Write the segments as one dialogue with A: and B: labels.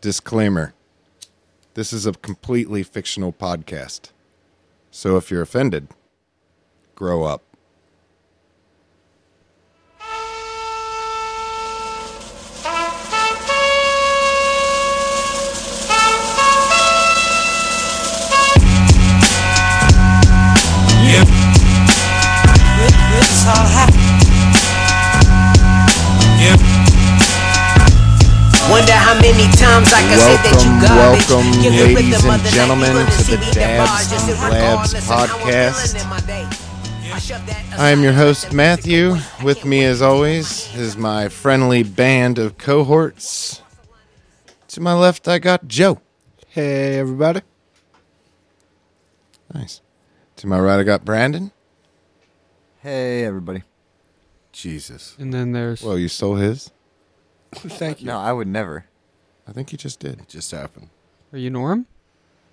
A: Disclaimer This is a completely fictional podcast. So if you're offended, grow up.
B: Yep. This is how it happened. Yep.
C: Wonder how many times I can say that you
A: Welcome,
C: garbage.
A: welcome,
C: Give the
A: ladies
C: rhythm
A: and
C: of the night,
A: gentlemen,
C: you gonna
A: to
C: see
A: the
C: me at the
A: Dabs
C: bars, just
A: and
C: regardless
A: Labs
C: of how I'm feeling
A: podcast.
C: in my day. I shove that aside.
A: I am your host,
C: That's a
A: Matthew.
C: great point.
A: With me, as always, is my friendly band of cohorts. To my left, I got Joe.
D: Hey, everybody.
A: Nice. To my right, I got Brandon.
D: Hey, everybody.
A: Jesus.
E: And then there's
A: Well, you stole his?
D: Thank you. No, I would never.
A: I think you just did.
F: just happened.
E: are you Norm?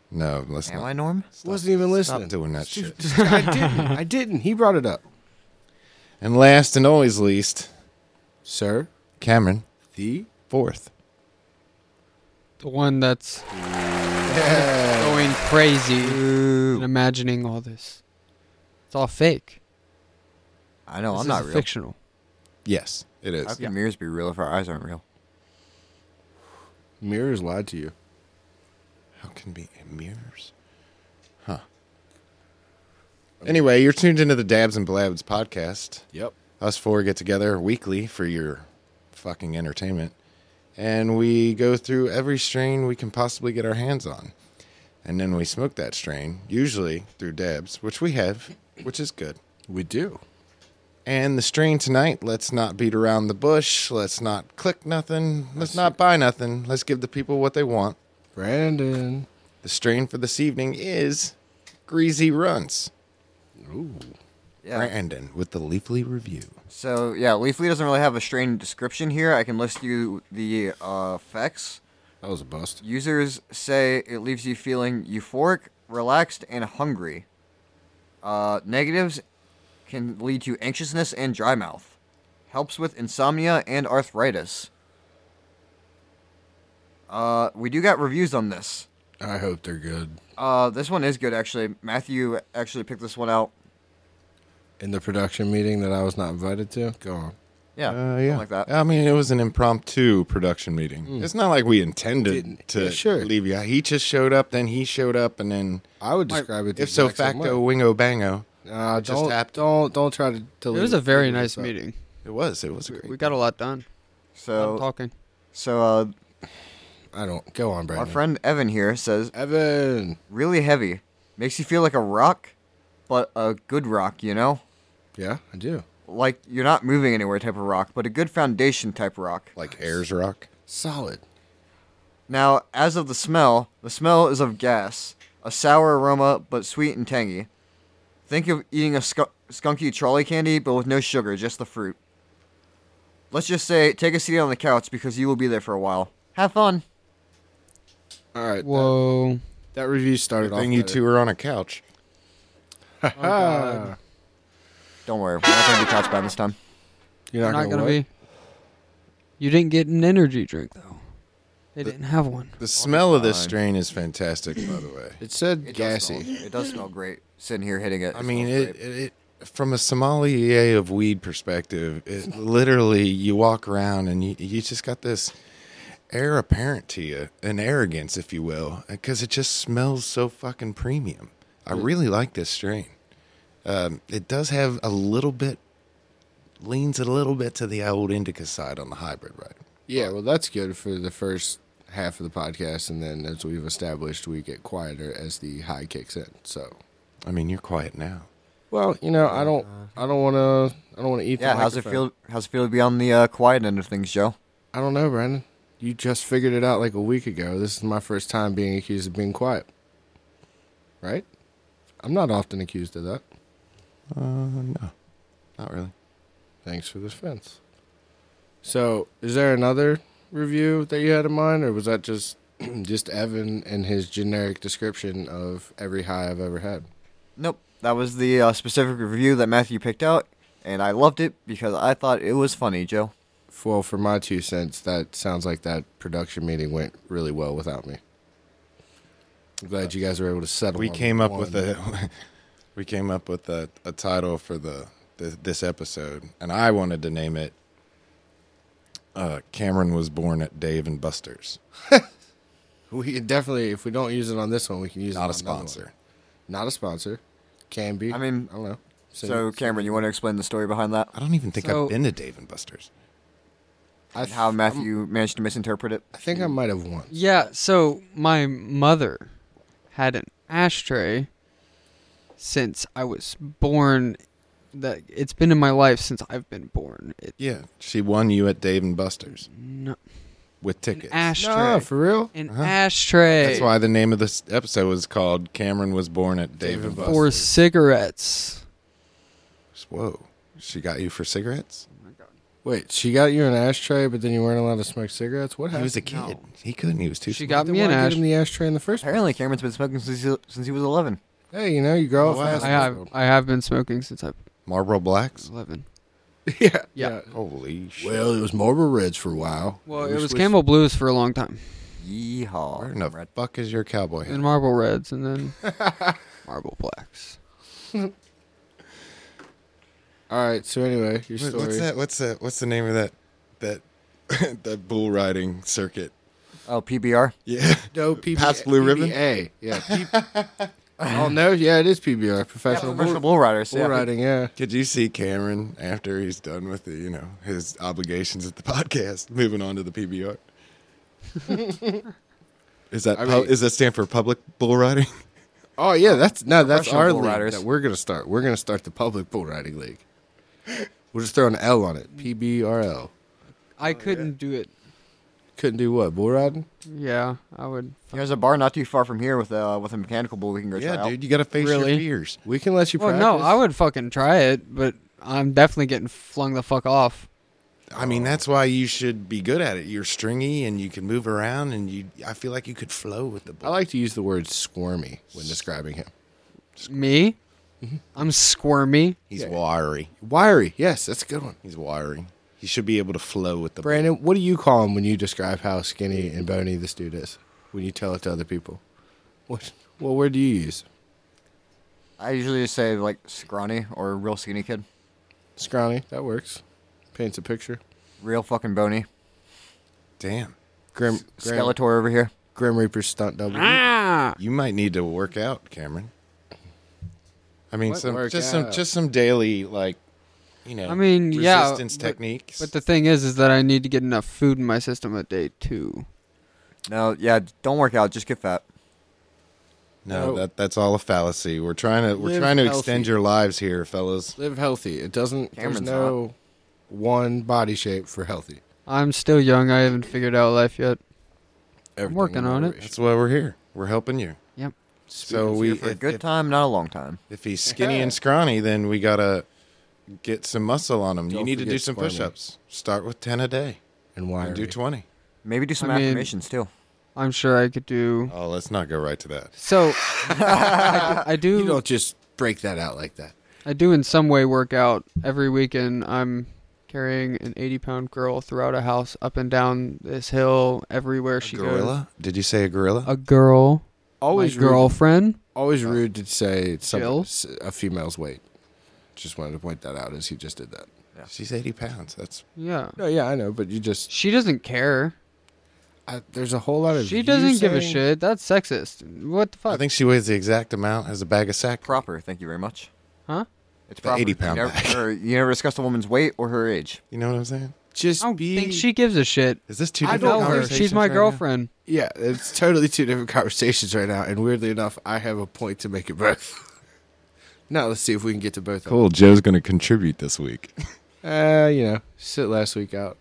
A: No, let's
D: Am
A: not.
D: I Norm?
F: Wasn't even listening.
A: Stop doing that shit.
F: I didn't. I didn't. He brought it up.
A: And last and always least,
F: Sir,
A: Cameron,
F: the
A: fourth.
E: The one that's going crazy and imagining all this. It's all fake.
D: I know
E: This
D: I'm
E: is
D: not real.
E: fictional.
A: Yes, it is.
D: How can mirrors be real if our eyes aren't real?
F: mirrors lied to you.
A: How can be mirrors? Huh. Anyway, you're tuned into the Dabs and Blabs podcast.
F: Yep.
A: Us four get together weekly for your fucking entertainment, and we go through every strain we can possibly get our hands on, and then we smoke that strain, usually through dabs, which we have, which is good.
F: We do.
A: And the strain tonight, let's not beat around the bush. Let's not click nothing. Let's not buy nothing. Let's give the people what they want.
F: Brandon.
A: The strain for this evening is Greasy Runs.
F: Ooh.
D: Yeah.
A: Brandon with the Leafly Review.
D: So yeah, Leafly doesn't really have a strained description here. I can list you the uh, effects.
F: That was a bust.
D: Users say it leaves you feeling euphoric, relaxed, and hungry. Uh, negatives can lead to anxiousness and dry mouth. Helps with insomnia and arthritis. Uh, we do got reviews on this.
F: I hope they're good.
D: Uh, this one is good actually. Matthew actually picked this one out.
F: In the production meeting that I was not invited to. Go on.
D: Yeah,
A: Uh,
D: something
A: yeah.
D: like that.
A: I mean, it was an impromptu production meeting. It's not like we intended
F: Didn't-
A: to
F: yeah, sure.
A: leave you. He just showed up, then he showed up, and then
F: I would describe it. the
A: if so
F: exact same
A: facto
F: way.
A: wingo bango.
F: Nah,
A: just
F: don't,
A: happened.
F: don't don't try to. to
E: It was a very nice meeting.
A: It was. It was
E: We
A: great.
E: got a lot done. I'm
D: So,
E: talking.
D: so uh,
F: I don't. Go on,
D: our
F: Brandon.
D: friend Evan here says
F: Evan.
D: really heavy. Makes you feel like a rock, but a good rock, you know?
F: Yeah, I do.
D: Like you're not moving anywhere type of rock, but a good foundation type of rock.
A: Like Ayers Rock.
F: Solid.
D: Now, as of the smell, the smell is of gas, a sour aroma but sweet and tangy. Think of eating a sku- skunky trolley candy but with no sugar, just the fruit. Let's just say take a seat on the couch because you will be there for a while. Have fun.
F: All right. Well,
E: Whoa.
F: that, that review started
A: Good
F: off.
A: thing you
F: better.
A: two are on a couch.
F: Ah.
D: Don't worry, we're not gonna be couch bound this time.
F: You're
E: We're
F: not,
E: not
F: gonna,
E: gonna
F: what?
E: be. You didn't get an energy drink though. They didn't have one.
A: The smell of this strain is fantastic, by the way.
F: It said
D: It does
F: gassy.
D: smell- it does smell great. Sitting here hitting it.
A: I mean,
D: smells
A: it,
D: great.
A: it, it from a sommelier of weed perspective, it literally you walk around and you you just got this air apparent to you, an arrogance, if you will, because it just smells so fucking premium. I really like this strain. Um, it does have a little bit leans a little bit to the old indica side on the hybrid, right?
F: Yeah, well, that's good for the first half of the podcast, and then as we've established, we get quieter as the high kicks in. So,
A: I mean, you're quiet now.
F: well, you know, I don't, I don't want to, I don't want to eat. the
D: yeah, how's it
F: microphone.
D: feel? How's it feel to be on the uh, quiet end of things, Joe?
F: I don't know, Brandon. You just figured it out like a week ago. This is my first time being accused of being quiet. Right? I'm not often accused of that.
A: Not really.
F: Thanks for the fence. So, is there another review that you had in mind, or was that just just Evan and his generic description of every high I've ever had?
D: Nope. That was the uh, specific review that Matthew picked out, and I loved it because I thought it was funny, Joe.
F: well, for my two cents, that sounds like that production meeting went really well without me. I'm glad you guys were able to settle.
A: we
F: on
A: came up with
F: one.
A: a we came up with a, a title for the, the this episode and i wanted to name it uh, cameron was born at dave and buster's
F: We can definitely, if we don't use it on this one, we can use it
A: not a
F: on another one.
A: sponsor
F: Not a sponsor. Can be.
D: I mean,
F: I don't know. Send
D: So,
F: it.
D: Cameron, you want to explain the story behind that?
A: i don't even think
E: So-
A: i've been to dave and buster's
F: I,
D: How Matthew managed to misinterpret it?
F: I think I might have once.
E: Yeah, so my mother had an ashtray since I was born. That it's been in my life since I've been born. It,
A: yeah she won you at dave and buster's
E: no,
A: with
E: an
A: tickets
E: ashtray.
F: No, for real.
E: an ashtray.
A: that's why the name of this episode was called cameron was born at dave, and buster's
E: Or cigarettes.
A: whoa she got you for cigarettes
F: Wait, she got you an ashtray, but then you weren't allowed to smoke cigarettes. What
A: he
F: happened?
A: was a kid he couldn't he was too
E: She
A: small.
E: got
F: Then
E: me
F: why
E: an
F: get him
E: ashtray.
F: the ashtray in the first. place?
D: Apparently, Cameron's been smoking since he, since he was 11.
F: Hey, you know you grow up
A: Wow.
F: fast.
E: I have, I have been smoking since I was
A: marlboro blacks
E: 11.
F: yeah,
E: Yeah.
A: holy shit
F: Well, it was Marlboro Reds for a while. We
E: Well, it was
F: switched-
E: Camel Blues for a long time.
D: Yeehaw.
A: where in the
D: Right.
A: fuck is your cowboy hat?
E: And Marble Reds and then Marble Blacks.
F: All right. So anyway, your
A: What-
F: story.
A: What's that? What's that? What's the name of that? That that bull riding circuit?
D: Oh, PBR?
A: Yeah,
F: No, PB-
A: Pabst Blue Ribbon?
F: PBA. Yeah. P- oh no. Yeah, it is PBR. Professional
D: Professional
F: bull,
D: bull riders.
F: bull
D: yeah.
F: riding. Yeah.
A: Could you see Cameron after he's done with the you know his obligations at the podcast, moving on to the PBR? is that
F: I
A: pu-
F: mean-
A: is that stand for public bull riding?
F: Oh yeah. That's no. That's
D: Professional
F: our
D: bull
F: league
D: riders.
F: that we're gonna start. We're gonna start the public bull riding league. We'll just throw an L on it. PBRL.
E: I couldn't do it.
F: Couldn't do what? Bull riding?
E: Yeah, I would.
D: There's a bar not too far from here with uh, with a mechanical bull we can go try out.
A: you got to face
E: Really?
A: fears.
F: We can let you
E: Well,
F: practice.
E: no, I would fucking try it, but I'm definitely getting flung the fuck off.
A: I mean, that's why you should be good at it. You're stringy and you can move around, and you. I feel like you could flow with the
F: I
A: bull.
F: like to use the word squirmy when describing him.
E: Me? I'm squirmy.
A: he's wiry.
F: Wiry. Yes, that's a good one.
A: He's wiry. He should be able to flow with the bull.
F: Brandon, what do you call him when you describe how skinny and bony this dude is? When you tell it to other people, what? Well, where do you use
D: I usually just say, like, scrawny or real skinny kid.
F: scrawny? That works. Paints a picture.
D: Real fucking bony.
A: Damn,
F: Grim, Grim
D: Skeletor over here.
F: Grim Reaper stunt double.
E: Ah!
A: You might need to work out, Cameron. I mean,
F: What
A: some
F: work
A: just some
F: out?
A: just some daily like, you know.
E: I mean, yeah,
A: resistance
E: but-
A: techniques.
E: But the thing is, is that I need to get enough food in my system a day too.
D: No, yeah, don't work out. Just get fat.
A: no,
F: No.
A: that that's all a fallacy. We're trying to we're
F: Live
A: trying to
F: healthy.
A: extend your lives here, fellas.
F: Live healthy. It doesn't.
D: Cameron's
F: there's no one body shape for healthy.
E: I'm still young. I haven't figured out life yet.
F: Everything
E: working
F: in
E: on it.
F: moderation.
A: That's why we're here. We're helping you.
E: Yep.
A: So we
D: For a
A: if,
D: good
A: if,
D: time, not a long time.
A: if he's skinny and scrawny, then we gotta get some muscle on him. you
F: Don't
A: need to do
F: forget
A: some
F: squirmy.
A: push-ups. Start with ten a day
F: And wiry.
A: and do twenty.
D: Maybe do some
E: I mean-
D: affirmations, too.
E: I'm sure I could do.
A: Oh, let's not go right to that.
E: So I, I do.
F: you don't just break that out like that.
E: I do in some way work out every weekend. I'm carrying an 80 pound girl throughout a house, up and down this hill, everywhere she goes.
A: gorilla? Did you say a gorilla?
E: A girl, my
F: Always rude.
E: girlfriend.
F: Always rude to say
E: Jill?
F: some, s- a female's weight. Just wanted to point that out as he just did that.
A: She's eighty pounds. That's
E: Yeah,
F: No, yeah, I know, but you just
E: she doesn't care.
F: I, there's a whole lot of
E: She
F: you
E: doesn't give a
F: saying-
E: shit. That's sexist. What the fuck?
A: I think she weighs the exact amount as a bag of sack.
D: Proper, thank you very much.
E: huh?
D: It's
A: The
D: proper.
A: 80 pound
D: you
A: bag.
D: never, or you never discussed a woman's weight or her age.
A: You know what I'm saying?
F: Just
E: I don't
F: be.
E: think she gives a shit.
A: Is this two
F: I
A: different
F: don't
E: No,
F: think
E: her-
A: conversations?
E: she's my
A: right now?
E: girlfriend.
F: Yeah, it's totally two different conversations right now, and weirdly enough, I have a point to make it both. now let's see if we can get to both. of
A: Cool. Joe's going to contribute this week.
F: them. Uh, you know, sit last week out.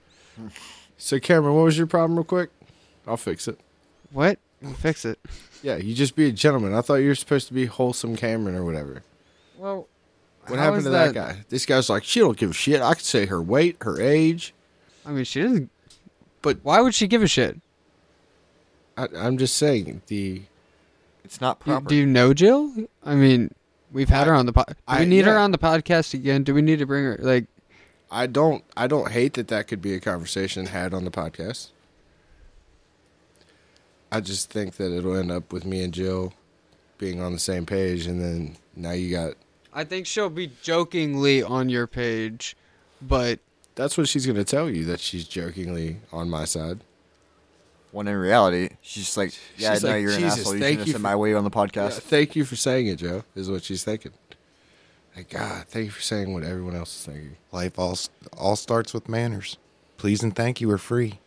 F: So Cameron, what was your problem, real quick? I'll fix it.
E: What? I'll Fix it.
F: Yeah, you just be a gentleman. I thought you were supposed to be wholesome Cameron or whatever.
E: Well,
F: What
E: how
F: happened
E: is
F: to that, guy? This guy's like, she don't give a shit. I could say her weight, her age,
E: I mean, she doesn't.
F: but
E: Why would she give a shit?
F: I, I'm just saying the
D: It's not
E: Do,
D: proper.
E: do you know Jill? I mean, we've had her on the pod. Do
F: I-
E: we need her
F: yeah.
E: on the podcast again? Do we need to bring her? Like,
F: I don't I don't hate that that could be a conversation had on the podcast. I just think that it'll end up with me and Jill being on the same page and then now you got
E: I think she'll be jokingly on your page, but
F: that's what she's going to tell you that she's jokingly on my side.
D: When in reality, she's just like, yeah,
F: She's
D: no,
F: like,
D: you're an
F: "Jesus,
D: asshole. You
F: thank
D: should have
F: you
D: said
F: for-
D: my way on the
F: Yeah,
D: podcast.
F: thank you for saying it, Joe, is what she's thinking. Like, God, thank you for saying what everyone else is thinking.
A: Life all all starts with manners. Please and thank you are free.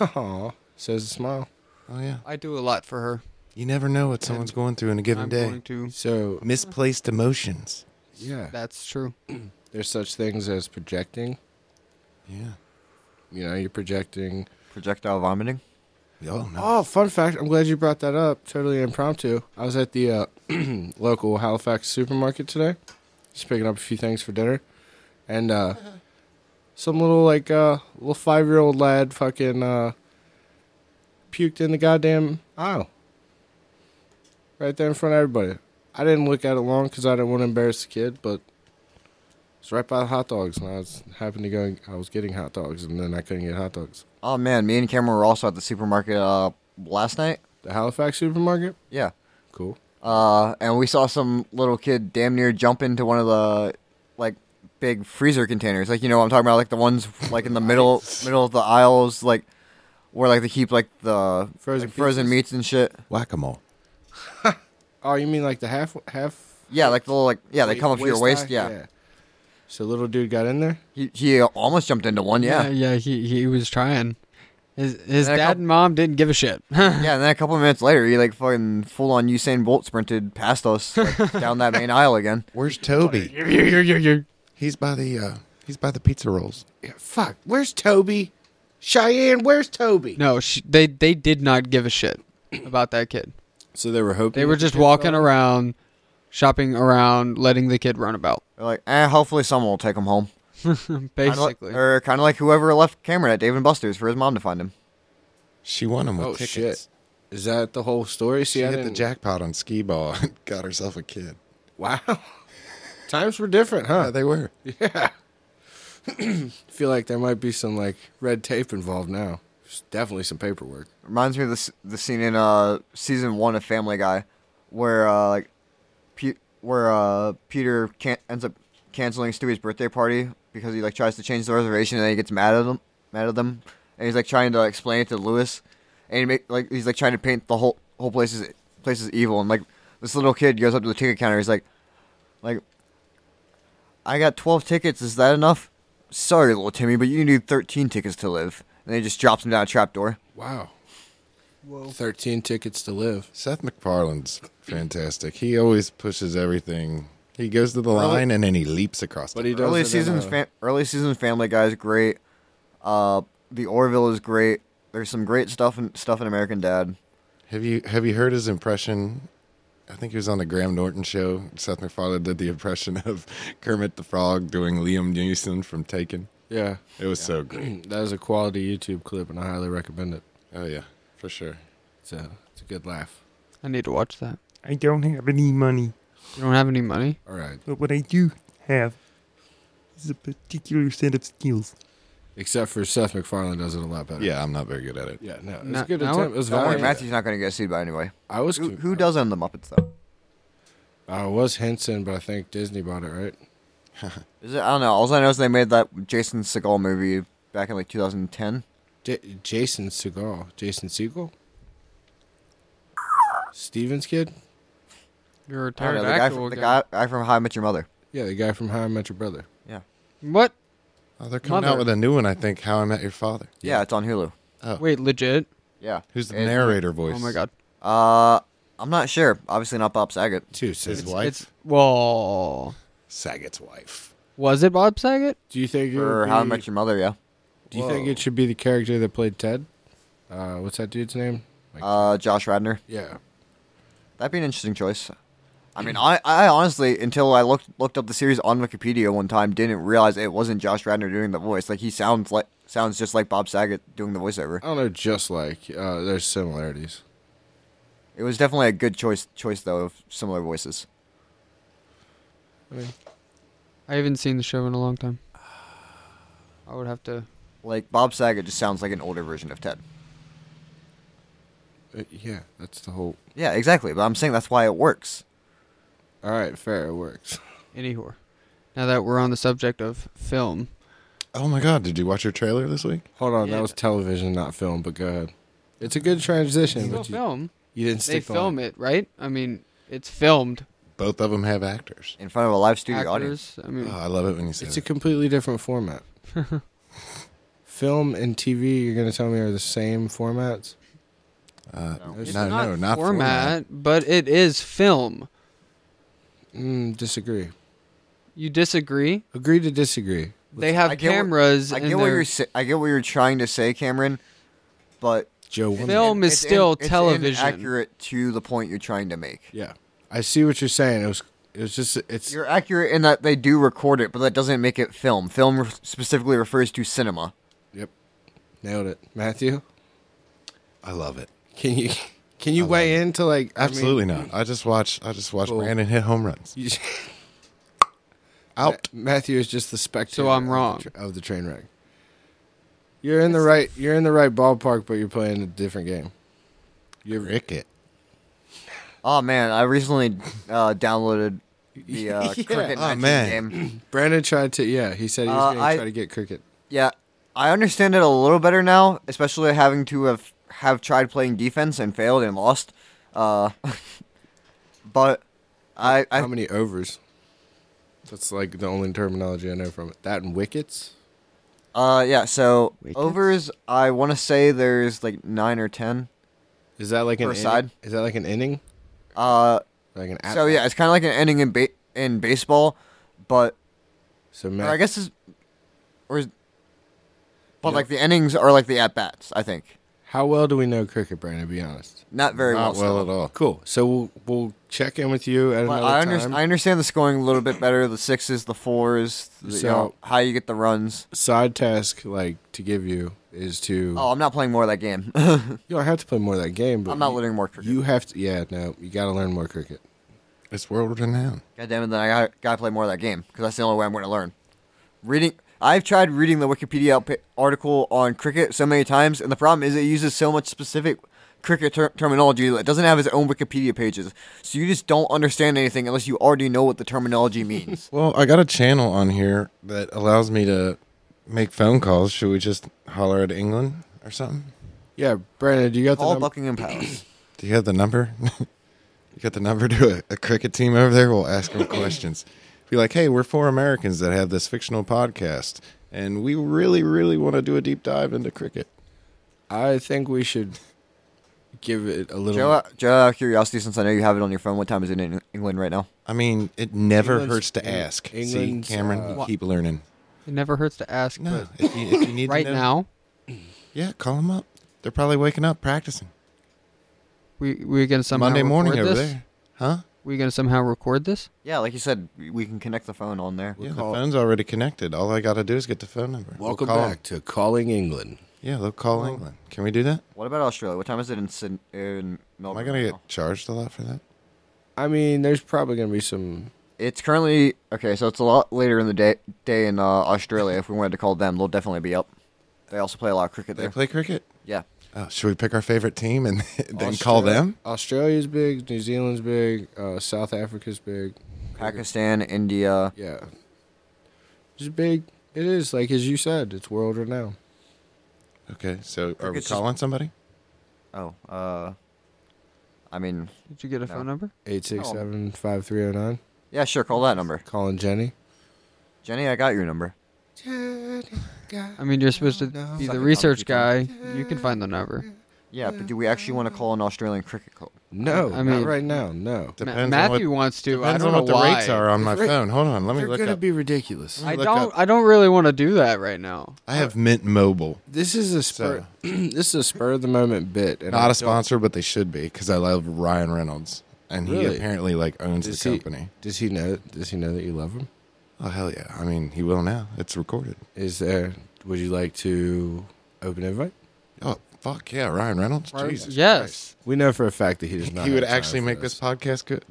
F: Aw, says a smile.
A: Oh yeah.
E: I do a lot for her.
A: You never know what someone's going through in a given
E: I'm
A: day.
E: going to.
F: So,
A: Misplaced emotions.
F: yeah,
E: That's true.
F: there's such things as projecting.
A: Yeah.
F: You know, you're projecting.
D: Projectile vomiting.
A: Oh no.
F: Oh, fun fact. I'm glad you brought that up. Totally impromptu. I was at the uh, local Halifax supermarket today, just picking up a few things for dinner. And uh, some little, like, uh, little five year old lad fucking uh, puked in the goddamn aisle. Right there in front of everybody. I didn't look at it long because I didn't want to embarrass the kid, but it's right by the hot dogs. And I was happened to go, I was getting hot dogs, and then I couldn't get hot dogs.
D: Oh man, me and Cameron were also at the supermarket uh, last night.
F: The Halifax supermarket?
D: Yeah.
F: Cool.
D: Uh, and we saw some little kid damn near jump into one of the like big freezer containers. Like you know what I'm talking about, like the ones like in the middle middle of the aisles, like where like they keep like the
F: Frozen
D: like, frozen
F: pizzas.
D: meats and shit.
A: Whack a mole.
F: Oh, you mean like the half half?
D: Yeah, like the little like yeah, they
F: wa-
D: come up to your waist.
F: high?
D: yeah.
F: So little dude got in there.
D: he he almost jumped into one. Yeah, yeah.
E: yeah, he he was trying. His his
D: And a
E: dad
D: couple-
E: and mom didn't give a shit.
D: and then a couple minutes later, he like fucking full on Usain Bolt sprinted past us like, down that main aisle again.
A: Where's Toby?
E: That's
A: He's by the uh he's by the pizza rolls.
F: Yeah, fuck. Where's Toby? Cheyenne, where's Toby?
E: no, she, they they did not give a shit about that kid.
F: So they were hoping
E: They were just walking around, shopping around, letting the kid run about,
D: They're like, eh, hopefully someone will take him home. Kinda like-
E: basically.
A: er
D: or kind of like whoever left Cameron at Dave and Buster's for his mom to find him.
A: She won him with
F: Oh,
A: tickets.
F: shit. Is that the whole story? See,
A: She
F: I
A: hit the
F: didn't-
A: jackpot on skee ball and got herself a kid.
F: Wow. Times were different,
A: Yeah,
F: huh?
A: they were.
F: feel like there might be some like red tape involved now. There's definitely some paperwork.
D: Reminds me of this the scene in uh season one of Family Guy, where uh like, Pe- where uh Peter can- ends up canceling Stewie's birthday party because he like tries to change the reservation and then he gets mad at them, mad at them, and he's like trying to explain it to Lewis, and he make like he's like trying to paint the whole whole place is place is evil and like this little kid goes up to the ticket counter he's like, like, I got twelve tickets is that enough? Sorry, little Timmy, but you need thirteen tickets to live. And then he just drops him down a trapdoor.
F: Wow. Whoa. Thirteen tickets to live.
A: Seth MacFarlane's fantastic. He always pushes everything. He goes to the line and then he leaps across.
F: But
A: the
F: he does
D: early
F: it in
D: seasons,
F: a-
D: fam- early season Family Guy is great. Uh, the Orville is great. There's some great stuff in stuff in American Dad.
A: Have you have you heard his impression? I think he was on the Graham Norton show. Seth MacFarlane did the impression of Kermit the Frog doing Liam Neeson from Taken.
F: yeah.
A: It was so great.
F: That is a quality YouTube clip, and I highly recommend it.
A: Oh yeah, for sure.
F: It's a it's a good laugh.
E: I need to watch that.
G: I don't have any money,
E: You don't have any money?
F: All right.
G: but what I do have is a particular set of skills.
F: Except for Seth MacFarlane does it a lot better.
A: Yeah, I'm not very good at it.
F: Yeah, no. It was
E: No-
F: a good
E: no,
F: attempt. It was
D: Don't worry,
F: valid.
D: Matthew's not going to get sued by anyway.
F: I was
D: Who,
F: who,
D: who does own the Muppets though?
F: I was Henson, but I think Disney bought it, right?
D: Is it? I don't know. All I know is they made that Jason Segel movie back in like 2010.
F: J- Jason Segal. Jason Segel? Steven's kid?
E: You're a
D: I don't know,
E: retired
D: the guy, from, the guy, guy from How I Met Your Mother.
F: Yeah, the guy from How I Met Your Brother.
E: What?
A: Oh, they're coming out
E: Mother.
A: with a new one, I think. How I Met Your Father.
D: Yeah, it's on Hulu.
E: Wait, legit?
D: Yeah.
A: Who's the
D: It's-
A: narrator voice?
E: Oh my god.
D: Uh, I'm not sure. Obviously not Bob Saget.
F: Too
A: His
F: sis.
A: wife,
E: It's well,
A: Saget's wife.
E: was it Bob Saget?
F: Do you think it
D: Or
F: would
D: How I
F: be-
D: Met Your Mother. Yeah.
F: Do you think it should be the character that played Ted? Uh, what's that dude's name? Like,
D: Uh, Josh Radner.
F: yeah.
D: That'd be an interesting choice. I mean, I, I honestly, until I looked looked up the series on Wikipedia one time, didn't realize it wasn't Josh Radner doing the voice. Like he sounds like sounds just like Bob Saget doing the voiceover.
F: I don't know, just like uh, there's similarities.
D: It was definitely a good choice choice though of similar voices.
E: I haven't seen the show in a long time. I would have to.
D: Like Bob Saget just sounds like an older version of Ted.
F: Uh, yeah, that's the whole.
D: Yeah, exactly. But I'm saying that's why it works.
F: All right, fair. It works.
E: Anywho, now that we're on the subject of film,
A: Oh my God! Did you watch your trailer this week?
F: Hold on,
E: Yeah.
F: that was television, not film. But go ahead. It's a good transition.
E: still
F: But you,
E: film.
F: you didn't
E: They
F: stick on
E: film it, right? I mean, it's filmed.
A: Both of them have actors.
D: In front of a live studio audience.
E: Actors. I mean,
A: Oh, I love it when you say
F: It's a
A: that.
F: completely different format. film and TV, you're going to tell me, are the same formats?
A: uh,
E: it's
A: no,
E: not
A: no, not
E: format, but it is film.
F: Mm, disagree.
E: You disagree?
F: Agree to disagree.
E: they have
D: I get what-
E: cameras.
D: I
E: and
D: get what
E: they're-
D: you're sa- I get what you're trying to say, Cameron, but
F: Joe, one
E: Phil- Film is still
D: it's
E: television.
D: Accurate to the point you're trying to make.
F: Yeah, I see what you're saying. It was, it was just, it's
D: You're accurate in that they do record it, but that doesn't make it film. Film re- specifically refers to cinema.
F: nailed it, Matthew.
A: I love it.
F: Can you, can you
A: love
F: weigh into like I mean,
A: Absolutely not. I just watched. I just watched
F: Cool.
A: Brandon hit home runs.
F: you-
A: Out.
F: Matthew is just the spectator.
E: So I'm
F: of the
E: wrong.
F: tra- of the train wreck. You're in the right. You're in the right ballpark, but you're playing a different game.
A: You're cricket.
D: Oh man, I recently uh, downloaded the uh,
F: Yeah.
D: cricket
A: Oh,
D: 19
A: man.
D: game.
F: Brandon tried to. Yeah, he said he was
D: Uh,
F: going
D: I-
F: to try to get cricket.
D: Yeah, I understand it a little better now, especially having to have have tried playing defense and failed and lost. Uh, but I,
F: How
D: I
F: many overs? That's like the only terminology I know from it. That and wickets.
D: uh, yeah. So
E: Wickets?
D: overs, I want to say there's like nine or ten.
F: Is that like an
D: Per
F: inning-
D: side?
F: Is that like an inning?
D: Uh,
F: Like an
D: so
F: at-bat?
D: yeah, it's kind of like an ending in ba- in baseball, but
F: So
D: or
F: Matt,
D: I guess it's or is, but
F: Yeah.
D: like the innings are like the at bats. I think
F: how well do we know cricket, Brandon? Be honest.
D: not very
A: Not
D: well.
A: well at all.
F: Cool. So we'll we'll check in with you at
D: But
F: another
D: I, under-
F: time.
D: I understand the scoring a little bit better. The sixes, the fours, the, you
F: So-
D: know, how you get the runs.
F: Side task like to give you is to
D: Oh, I'm not playing more of that game. I'm
F: you don't have to play more of that game, but
D: not
F: you,
D: learning more cricket.
F: You have to. Yeah, no, you got to learn more cricket.
A: It's world renowned.
D: God damn it! Then I gotta, gotta play more of that game because that's the only way I'm going to learn. Reading. I've tried reading the Wikipedia outp- article on cricket so many times, and the problem is it uses so much specific cricket ter- terminology that it doesn't have its own Wikipedia pages. So you just don't understand anything unless you already know what the terminology means.
A: Well, I got a channel on here that allows me to make phone calls. Should we just holler at England or something?
F: Yeah, Brandon, do you got the
D: Paul
F: number?
D: Buckingham Palace.
A: Do you have the number? you got the number to a, a cricket team over there? We'll ask them questions. Be like, hey, we're four Americans that have this fictional podcast, and we really, really want to do a deep dive into cricket.
F: I think we should give it a little.
D: Joe, out- Joe, out of curiosity, since I know you have it on your phone, what time is it in England right now?
A: I mean, it never
F: England's-
A: hurts to
F: Eng-
A: ask.
F: England's,
A: See, Cameron,
F: uh,
A: you keep learning.
E: It never hurts to ask.
A: No, if you, if you need
E: But right
A: to know-
E: now,
A: yeah, call them up. They're probably waking up practicing
E: we we gonna somehow
A: Monday morning
E: record
A: over
E: this?
A: there, huh?
E: We gonna somehow record this?
D: Yeah, like you said, we can connect the phone on there.
A: Yeah, the
F: call-
A: phone's already connected. All I got to do is get the phone number. We'll
F: Welcome
A: call 'em.
F: back to Calling England.
A: Yeah, they'll call England. Can we do that?
D: What about Australia? What time is it in, Syd- in
A: Am
D: Melbourne?
A: I gonna
D: right
A: get
D: now?
A: charged a lot for that?
F: I mean, there's probably going to be some.
D: It's currently okay, so it's a lot later in the day day in uh, Australia. If we wanted to call them, they'll definitely be up. They also play a lot of cricket
A: They
D: there.
A: play cricket.
D: yeah,
A: Oh, should we pick our favorite team and then call
F: Australia-
A: them?
F: Australia's big. New Zealand's big. Uh, South Africa's big.
D: Pakistan, India.
F: Yeah. It's big. It is, like, as you said, it's world renowned.
A: Okay, so are we
D: Cricket's
A: calling somebody?
D: Oh, uh, I mean,
E: Did you get a phone number?
F: 867 5309.
D: yeah, sure, call that number,
F: Calling Jenny.
D: Jenny. I got your number.
E: I mean, you're supposed to be
D: Suck it,
E: the
D: Tom
E: research guy.
D: Peters.
E: You can find the number.
D: Yeah, but do we actually want to call an Australian cricket club?
F: No,
E: I
F: not
E: mean-
F: right now. No.
E: Ma-
A: Depends on
E: Matthew
A: what,
E: wants to. I
A: depends
E: don't
A: on
E: know
A: what the
E: why.
A: rates are on my
F: They're-
A: phone. Hold on, let me
F: They're
A: look
F: going to
A: up.
F: be ridiculous.
E: I
A: look
E: don't.
A: up.
E: I don't really want to do that right now.
A: I have Mint Mobile.
F: This is a spur. this is a spur of the moment bit. And I
A: Not a
F: don't-
A: sponsor, but they should be because I love Ryan Reynolds, and he
F: Really?
A: apparently like owns
F: Does
A: the
F: he-
A: company.
F: Does he know? Does he know that you love him?
A: Oh hell yeah! I mean, he will now. It's recorded.
F: Is there? Would you like to open invite?
A: Oh fuck yeah, Ryan Reynolds.
F: Ryan-
A: Jesus,
E: Yes.
F: We know for a fact that he does not.
A: he would
F: have time
A: actually
F: for
A: make this podcast good.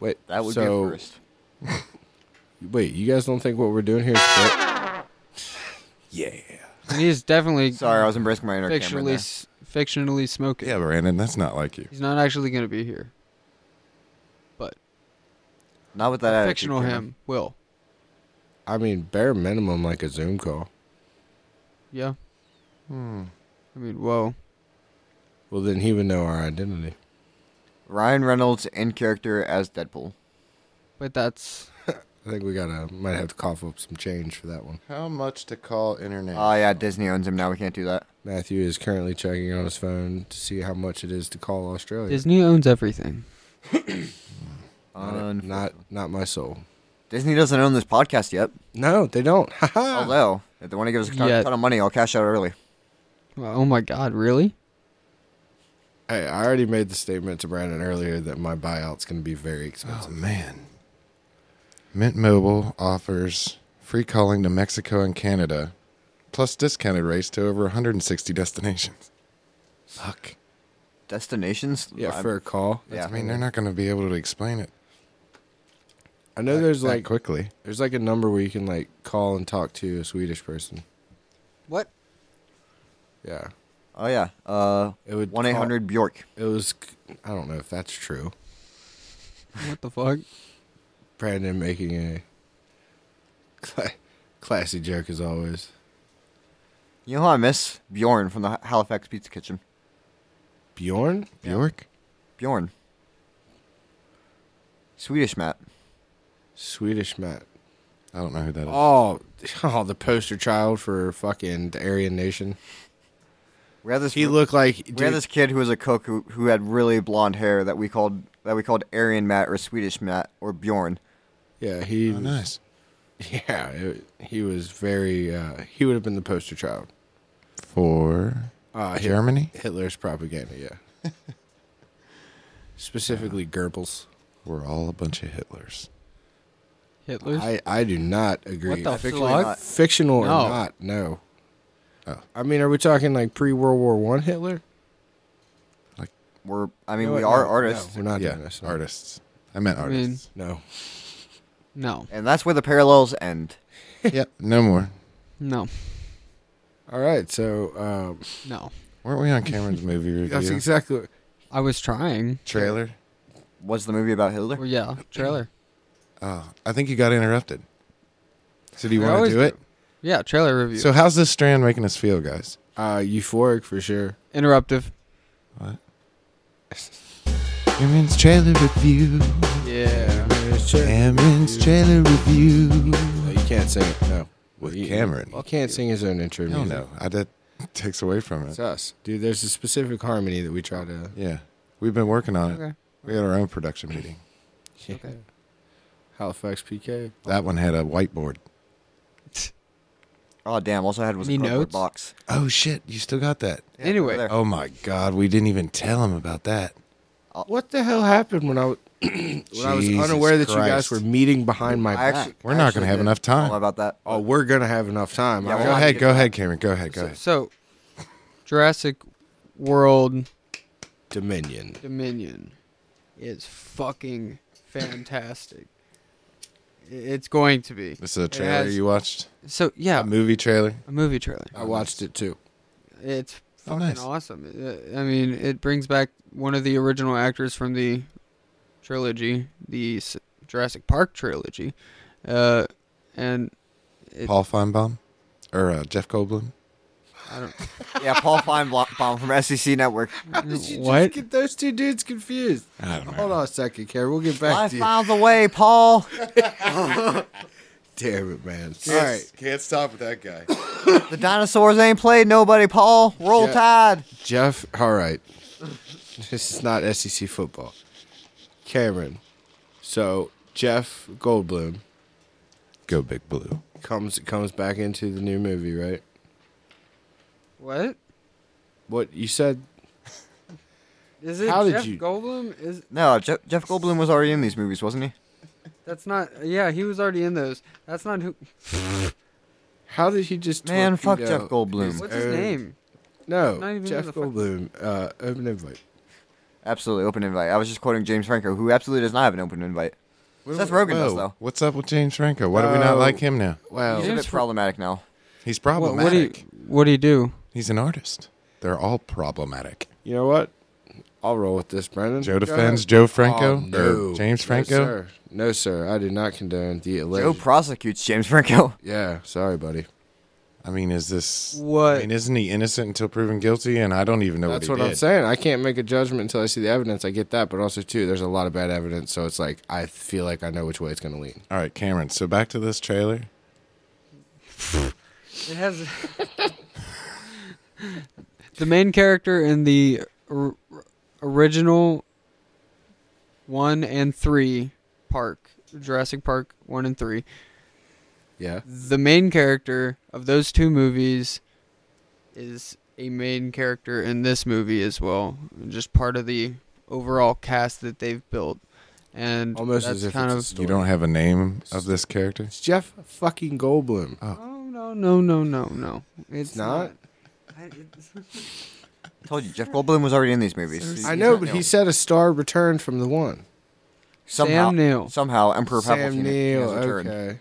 F: Wait,
D: That would
F: so,
D: be a first.
F: Wait, you guys don't think what we're doing here is
A: Yeah.
E: And he is definitely
D: Sorry, I was embracing my inner camera.
E: fictionally
D: there.
E: s- fictionally smoking.
A: Yeah, Brandon, that's not like you.
E: He's not actually going to be here. But
D: Not with that attitude,
E: fictional
D: Cameron.
E: him will.
F: I mean, bare minimum, like a Zoom call.
E: Yeah. Hmm. I mean, whoa.
F: Well, then he would know our identity.
D: Ryan Reynolds in character as Deadpool.
E: But that's
F: I think we gotta might have to cough up some change for that one.
A: How much to call internet?
D: Oh yeah, Disney owns him now. We can't do that.
F: Matthew is currently checking on his phone to see how much it is to call Australia.
E: Disney owns everything.
F: not,
D: Unfortunately.
F: not not my soul.
D: Disney doesn't own this podcast yet.
F: No, they don't. Ha ha.
D: Although, Oh, if they want to give us a ton,
E: Yet.
D: ton of money, I'll cash out early.
E: Oh my God! Really?
F: Hey, I already made the statement to Brandon earlier that my buyout's gonna be very
A: Oh
F: expensive.
A: man. Mint Mobile offers free calling to Mexico and Canada, plus discounted rates to over 160 destinations. Fuck.
D: Destinations?
F: yeah,
D: I'm-
F: for a call.
D: yeah.
A: I mean, they're not going to be able to explain it
F: I know there's
A: that
F: like
A: quickly.
F: there's like a number where you can like call and talk to a Swedish person.
E: What?
F: Yeah.
D: oh yeah. Uh,
F: It would
D: one eight hundred Bjork.
F: It was I don't know if that's true.
E: What the fuck?
F: Brandon making a cla classy joke as always.
D: You know who I miss? Bjorn from the Ha- Halifax Pizza Kitchen.
F: Bjorn?
A: Bjork?
D: Bjorn. Swedish Matt.
F: Swedish Matt.
A: I don't know who that is.
F: Oh, oh, the poster child for fucking the Aryan nation.
D: We had this.
F: He looked like
D: we had
F: dude,
D: this kid who was a cook who, who had really blonde hair that we called that we called Aryan Matt or Swedish Matt or Bjorn.
F: Yeah, he
A: Oh, nice.
F: Yeah, it, he was very uh, he would have been the poster child.
A: For
F: Uh, Hit-
A: Germany?
F: Hitler's propaganda, yeah. Specifically Goebbels.
A: We're all a bunch of Hitlers.
E: Hitler?
F: I, I do not agree.
E: the
F: fictional,
E: fuck?
D: not.
F: fictional or
E: No.
F: not, no.
A: Oh.
F: I mean, are we talking like pre World War One Hitler?
D: We're I mean
F: No,
D: we
F: no,
D: are
F: no,
D: artists,
F: we're not
A: yeah,
F: doing this. no.
A: artists. I meant
E: mean-
A: artists.
F: No.
E: no.
D: and that's where the parallels end.
A: yep, no more.
E: No.
F: All right, so um,
E: No.
A: Weren't we on Cameron's movie
F: that's
A: review?
F: exactly.
E: I was trying.
A: Trailer?
D: What's the movie about Hitler?
E: Or yeah, trailer.
A: Oh, I think you got interrupted. So do you
E: I
A: want to
E: always
A: do it?
E: Yeah, trailer review.
A: So how's this strand making us feel, guys?
F: Uh, euphoric for sure.
E: Interruptive.
A: Cameron's trailer review.
E: Yeah.
A: Cameron's trailer review.
F: No, Oh, you can't sing it. No,
A: With
F: You-
A: Cameron.
F: He can't sing his own intro.
A: Hell
F: music.
A: no. I, that takes away from it.
F: It's us, dude. There's a specific harmony that we try to.
A: Yeah. We've been working on it.
E: Okay.
A: We had our own production meeting.
E: Okay.
F: Halifax PK.
A: That one had a whiteboard.
D: Oh damn! Also had was a
E: Any
D: cardboard
E: notes?
D: box.
A: Oh, shit. You still got that.
E: anyway,
D: there.
A: Oh, my God. We didn't even tell him about that.
F: What the hell happened when I was when I was
A: Jesus
F: unaware that you
A: Christ.
F: guys were meeting behind my
D: I
F: back?
D: actually,
A: We're
D: I
A: not
D: actually
A: gonna have
D: did
A: enough time.
D: know about that.
F: oh, we're gonna have enough time.
D: Yeah,
F: I-
A: Go
D: we'll-
A: ahead. Go ahead, Cameron. Go ahead. Go ahead.
E: so Jurassic World
F: Dominion.
E: Dominion is fucking fantastic. I- It's going to be.
A: This is a
E: It
A: trailer
E: has-
A: you watched?
E: So yeah,
A: A movie trailer?
E: a movie trailer.
F: I watched it too.
E: It's
A: Oh,
E: fucking
A: nice.
E: awesome. Uh, I mean, it brings back one of the original actors from the trilogy, the S- Jurassic Park trilogy, uh, and it,
A: Paul Feinbaum? Or uh, Jeff Goldblum?
E: I don't
D: Yeah, Paul Feinbaum from SEC Network.
E: what
F: get those two dudes confused.
A: I don't know.
F: Hold on a second, Karen. We'll get back
D: Five
F: to you.
D: miles away, Paul.
F: Damn it, man. All right,
A: Can't stop with that guy.
D: The dinosaurs ain't played nobody, Paul. Roll
F: Yeah.
D: Tide.
F: Jeff. All right. this is not SEC football. Cameron. So Jeff Goldblum
A: Go Big Blue.
F: comes comes back into the new movie, right?
E: what
F: What you said?
E: is it?
F: How did
E: Jeff
F: you-
E: Goldblum is
D: No, Jeff, Jeff Goldblum was already in these movies, wasn't he?
E: that's not. Yeah, he was already in those. That's not who.
F: How did he uh, just
D: Man, fuck
F: torpedo
D: Jeff Goldblum.
F: his
E: What's his
F: own-
E: name? Not
F: No,
E: even
F: Jeff
E: in the fucking-
F: Goldblum. Uh, open invite.
D: Absolutely open invite. I was just quoting James Franco, who absolutely does not have an open invite. Seth Rogen does
A: Whoa,
D: though.
A: What's up with James Franco? Why do we not
F: Oh.
A: like him now?
F: Wow.
D: He's a
E: James
D: bit
E: Fran-
D: problematic now.
A: He's
E: What,
A: problematic.
E: what do you What do you do?
A: He's an artist. They're all problematic.
F: You know what? I'll roll with this, Brendan.
A: Joe
F: Go
A: defends
F: ahead.
A: Joe Franco
F: Oh,
A: or
F: no.
A: James
F: No
A: Franco.
F: sir. no, sir. I do not condone the
D: Joe
F: alleged.
D: prosecutes James Franco.
F: yeah, sorry, buddy.
A: I mean, is this? I
E: What?
A: mean, isn't he innocent until proven guilty? And I don't even know
F: That's
A: what
F: what
A: he
F: I'm
A: did.
F: saying. I can't make a judgment until I see the evidence. I get that, but also too, there's a lot of bad evidence, so it's like I feel like I know which way it's going to lean.
A: All right, Cameron. So back to this trailer.
E: It has the main character in the or- original one and three park Jurassic Park one and three.
F: Yeah.
E: The main character of those two movies is a main character in this movie as well, just part of the overall cast that they've built. And
F: Almost
E: that's
F: as if
E: kind
F: it's a
E: of
F: story.
A: You don't have a name of this character.
F: It's Jeff fucking Goldblum.
A: Uh,
E: oh no no no no no it's,
F: not?
D: Told you, Jeff Goldblum was already in these movies.
F: I know, but he said a star returned from the one.
D: somehow
E: Sam Neill.
D: somehow Emperor
F: Sam
D: Palpatine
F: Neill.
D: has returned.
F: Okay.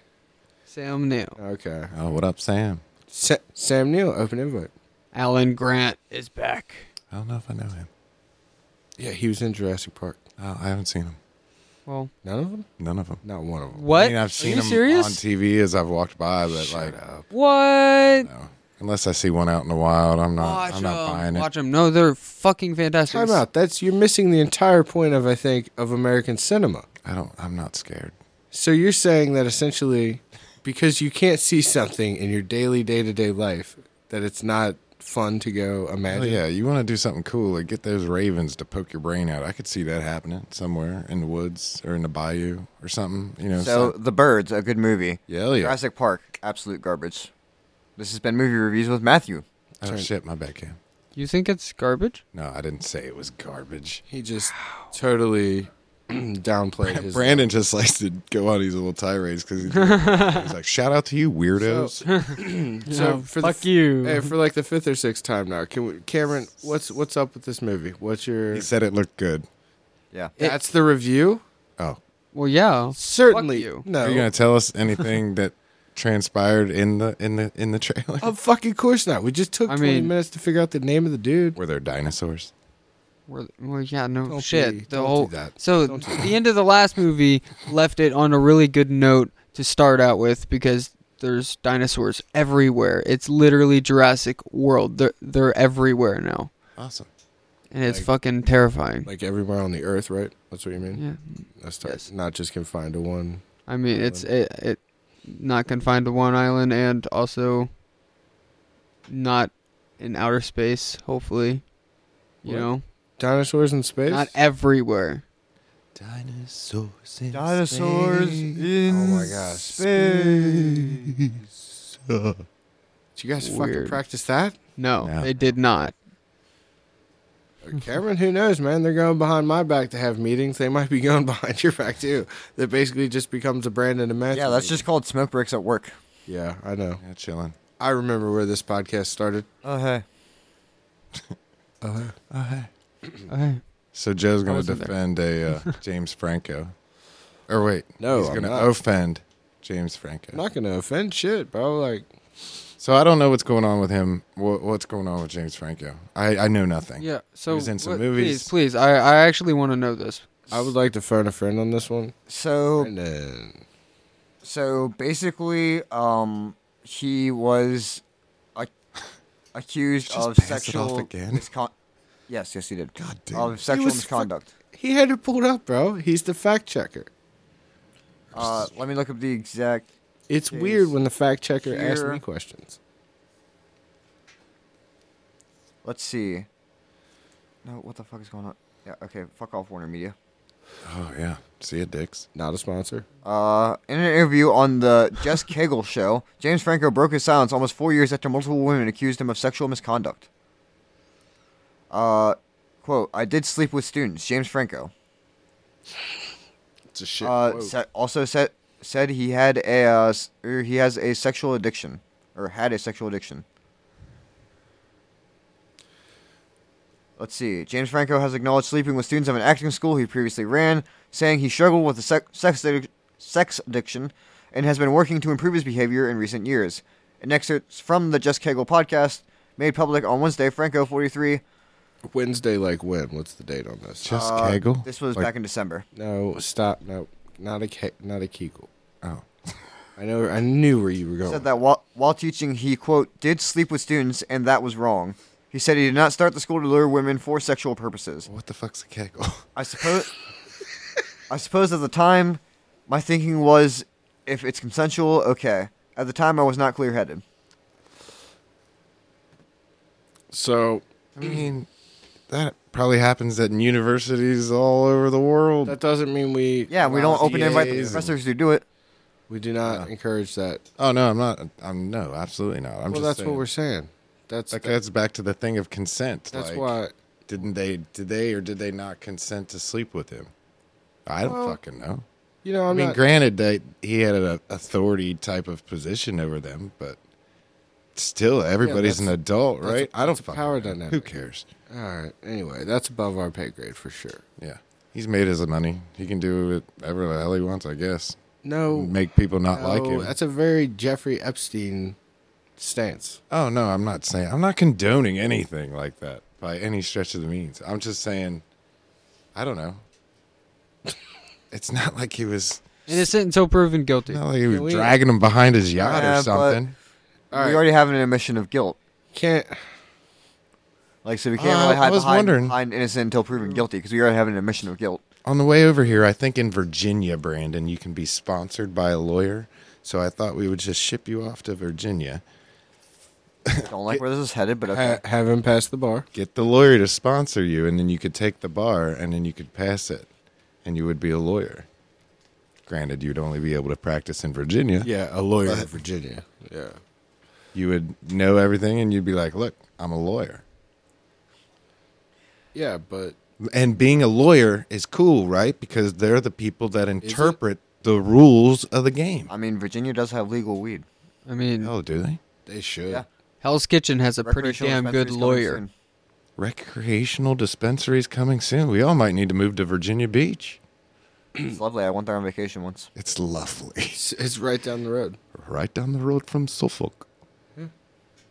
E: Sam Neill.
F: Okay.
A: Oh, what up, Sam?
F: Sa- Sam Neill, open invite.
E: Alan Grant is back.
A: I don't know if I know him.
F: Yeah, he was in Jurassic Park.
A: Oh, I haven't seen him.
E: Well,
F: None of them?
A: None of them.
F: Not one of them.
E: what?
A: I mean, I've seen
E: Are you
A: him
E: serious?
A: on TV as I've walked by, but like,
E: What?
A: no. unless I see one out in the wild, I'm not.
E: Watch
A: I'm not
E: them.
A: buying it.
E: Watch them. No, they're fucking fantastic.
F: Time out. That's you're missing the entire point of I think of American cinema.
A: I don't. I'm not scared.
F: So you're saying that essentially because you can't see something in your daily day-to-day life that it's not fun to go
A: Oh
F: imagine.
A: yeah, you want to do something cool? Like get those ravens to poke your brain out. I could see that happening somewhere in the woods or in the bayou or something. You know.
D: So
A: some-
D: The Birds, a good movie.
A: yeah, hell yeah.
D: Jurassic Park, absolute garbage. This has been movie reviews with Matthew.
A: Oh shit, my bad, Cam.
E: You think it's garbage?
A: No, I didn't say it was garbage.
F: He just totally downplayed his
A: Brandon just likes to go on these little tirades because he's, like- he's like, "Shout out to you, weirdos."
F: So
E: Oh,
F: for
E: fuck
F: the, f-
E: you.
F: Hey, for like the fifth or sixth time now. Can we, Cameron, what's what's up with this movie? What's your
A: he said it looked good.
D: Yeah.
F: That's the review?
A: Oh,
E: well, yeah.
F: Certainly.
E: you.
A: are
F: No.
A: you gonna tell us anything that transpired in the in the in the trailer?
F: Of fucking course not. We just took
E: I
F: 20
E: mean-
F: minutes to figure out the name of the dude.
A: Were there dinosaurs?
E: We're, well, yeah. No
F: Don't
E: shit.
F: be-
E: the
F: don't do
E: whole.
F: that.
E: So the end of the last movie left it on a really good note to start out with because there's dinosaurs everywhere. It's literally Jurassic World. They're they're everywhere now,
A: Awesome.
E: and it's
F: Like-
E: fucking terrifying.
F: Like everywhere on the earth, right? That's what you mean?
E: yeah.
D: Mm-hmm.
F: That's tight.
E: Yes.
F: Not just confined to one.
E: I mean, it's it, it not confined to one island and also not in outer space, hopefully. You
F: What?
E: know,
F: Dinosaurs in space?
E: not everywhere.
A: Dinosaurs.
D: Dinosaurs in
F: Oh my gosh.
D: space.
F: Did you guys
E: Weird.
F: fucking practice that?
E: No,
A: No.
E: they did not.
F: Uh, Cameron, who knows, man? They're going behind my back to have meetings. They might be going behind your back too. That basically just becomes a Brandon and Matthew.
D: Yeah, that's
F: meeting.
D: just called smoke breaks at work.
F: Yeah, I know.
A: Yeah, chilling.
F: I remember where this podcast started.
D: Oh hey.
A: Oh, hey.
E: Okay.
A: So Joe's gonna
E: wasn't there.
A: defend a uh, James Franco, or wait,
F: No,
A: he's
F: I'm
A: gonna
F: not.
A: offend James Franco.
F: I'm not gonna offend shit, bro. Like
A: So I don't know what's going on with him. What, what's going on with James Franco? I, I know nothing.
E: Yeah. So
A: was in some
E: what-
A: movies.
E: Please, please. I I actually want to know this.
F: I would like to phone a friend on this one.
D: So
F: And then
D: so basically, um, he was ac- accused
A: just
D: of
A: pass it off
D: sexual
A: again.
D: misconduct. Yes, yes, he did. God
A: damn
D: Of sexual
F: was fuck-
D: misconduct.
F: he had it pulled up, bro. He's the fact checker.
D: uh, let me look up the exact.
F: It's
D: Jeez.
F: weird when the fact checker asks
D: Here.
F: me questions.
D: Let's see. No, what the fuck is going on? Yeah, okay, fuck off, Warner Media.
A: Oh yeah. See ya, dicks.
F: Not a sponsor.
D: Uh, in an interview on the Jess Cagle show, James Franco broke his silence almost four years after multiple women accused him of sexual misconduct. Uh, quote, I did sleep with students, James Franco.
A: It's a shit.
D: Uh, sa- also said said he had a uh, s- er, he has a sexual addiction or had a sexual addiction. Let's see. James Franco has acknowledged sleeping with students of an acting school he previously ran, saying he struggled with a sex sex, addic- sex addiction and has been working to improve his behavior in recent years. and excerpts from the Just Kegel podcast made public on Wednesday. Franco 43.
F: Wednesday, like when? What's the date on this?
A: Just
D: uh,
A: Kegel.
D: This was
A: Like-
D: back in December.
F: No, stop. No, not a ke- not a kegel.
A: Oh,
F: I know. I knew where you were going.
D: Said that while, while teaching, he, quote, did sleep with students, and that was wrong. He said he did not start the school to lure women for sexual purposes.
A: what the fuck's a Kegel?
D: I suppose. I suppose at the time, my thinking was, if it's consensual, okay. At the time, I was not clear-headed.
F: So
A: I mean, that probably happens at universities all over the world.
F: that doesn't mean we.
D: Yeah, we don't
F: allow
D: open invite the
A: DAs and-
D: professors to do it.
F: We do not encourage that.
A: oh no, I'm not. I'm no, absolutely not. I'm
F: well,
A: just.
F: that's
A: saying.
F: what we're saying. That's
A: Like
F: that-
A: that's back to the thing of consent.
F: that's
A: like,
F: why.
A: didn't they? Did they or did they not consent to sleep with him? I don't fucking know.
F: You know,
A: I
F: I'm
A: mean,
F: not,
A: granted that he had an authority type of position over them, but still, everybody's an
F: that's-
A: adult,
F: that's a-
A: right? I I don't
F: that's a
A: fucking
F: power
A: know. Who
F: dynamic.
A: cares?
F: All right. Anyway, that's above our pay grade for sure.
A: Yeah, he's made his money. He can do whatever the hell he wants, I guess.
F: No,
A: Make people not
F: no,
A: like him.
F: That's a very Jeffrey Epstein stance.
A: Oh no, I'm not saying I'm not condoning anything like that by any stretch of the means. I'm just saying I don't know. it's not like he was
E: Innocent until proven guilty.
A: not like he was
F: we-
A: dragging him behind his yacht
D: Yeah,
A: or
D: but-
A: something.
F: All right.
D: We already have an admission of guilt.
F: Can't.
D: Like, so we can't
A: Uh,
D: really
A: I
D: hide
A: was
D: behind,
A: wondering.
D: behind innocent until proven guilty because we already have an admission of guilt.
A: On the way over here, I think in Virginia, Brandon, you can be sponsored by a lawyer. So I thought we would just ship you off to Virginia.
D: Don't like where this is headed,
A: Uh,
D: but okay.
F: Ha- have him pass the bar.
A: Get the lawyer to sponsor you and then you could take the bar and then you could pass it and you would be a lawyer. Granted, you'd only be able to practice in Virginia.
F: Yeah, a lawyer in Virginia. Yeah.
A: you would know everything and you'd be like, look, I'm a lawyer.
F: Yeah, but
A: And being a lawyer is cool, right? Because they're the people that interpret the rules of the game.
D: I mean, Virginia does have legal weed.
E: I mean,
A: Oh, do they?
F: they should.
D: Yeah.
E: Hell's Kitchen has a pretty
D: Recreational
E: damn good
D: dispensaries coming
E: lawyer.
D: soon.
A: Recreational dispensaries coming soon. We all might need to move to Virginia Beach.
D: It's lovely. I went there on vacation once.
A: It's lovely.
F: It's, it's right down the road.
A: Right down the road from Suffolk.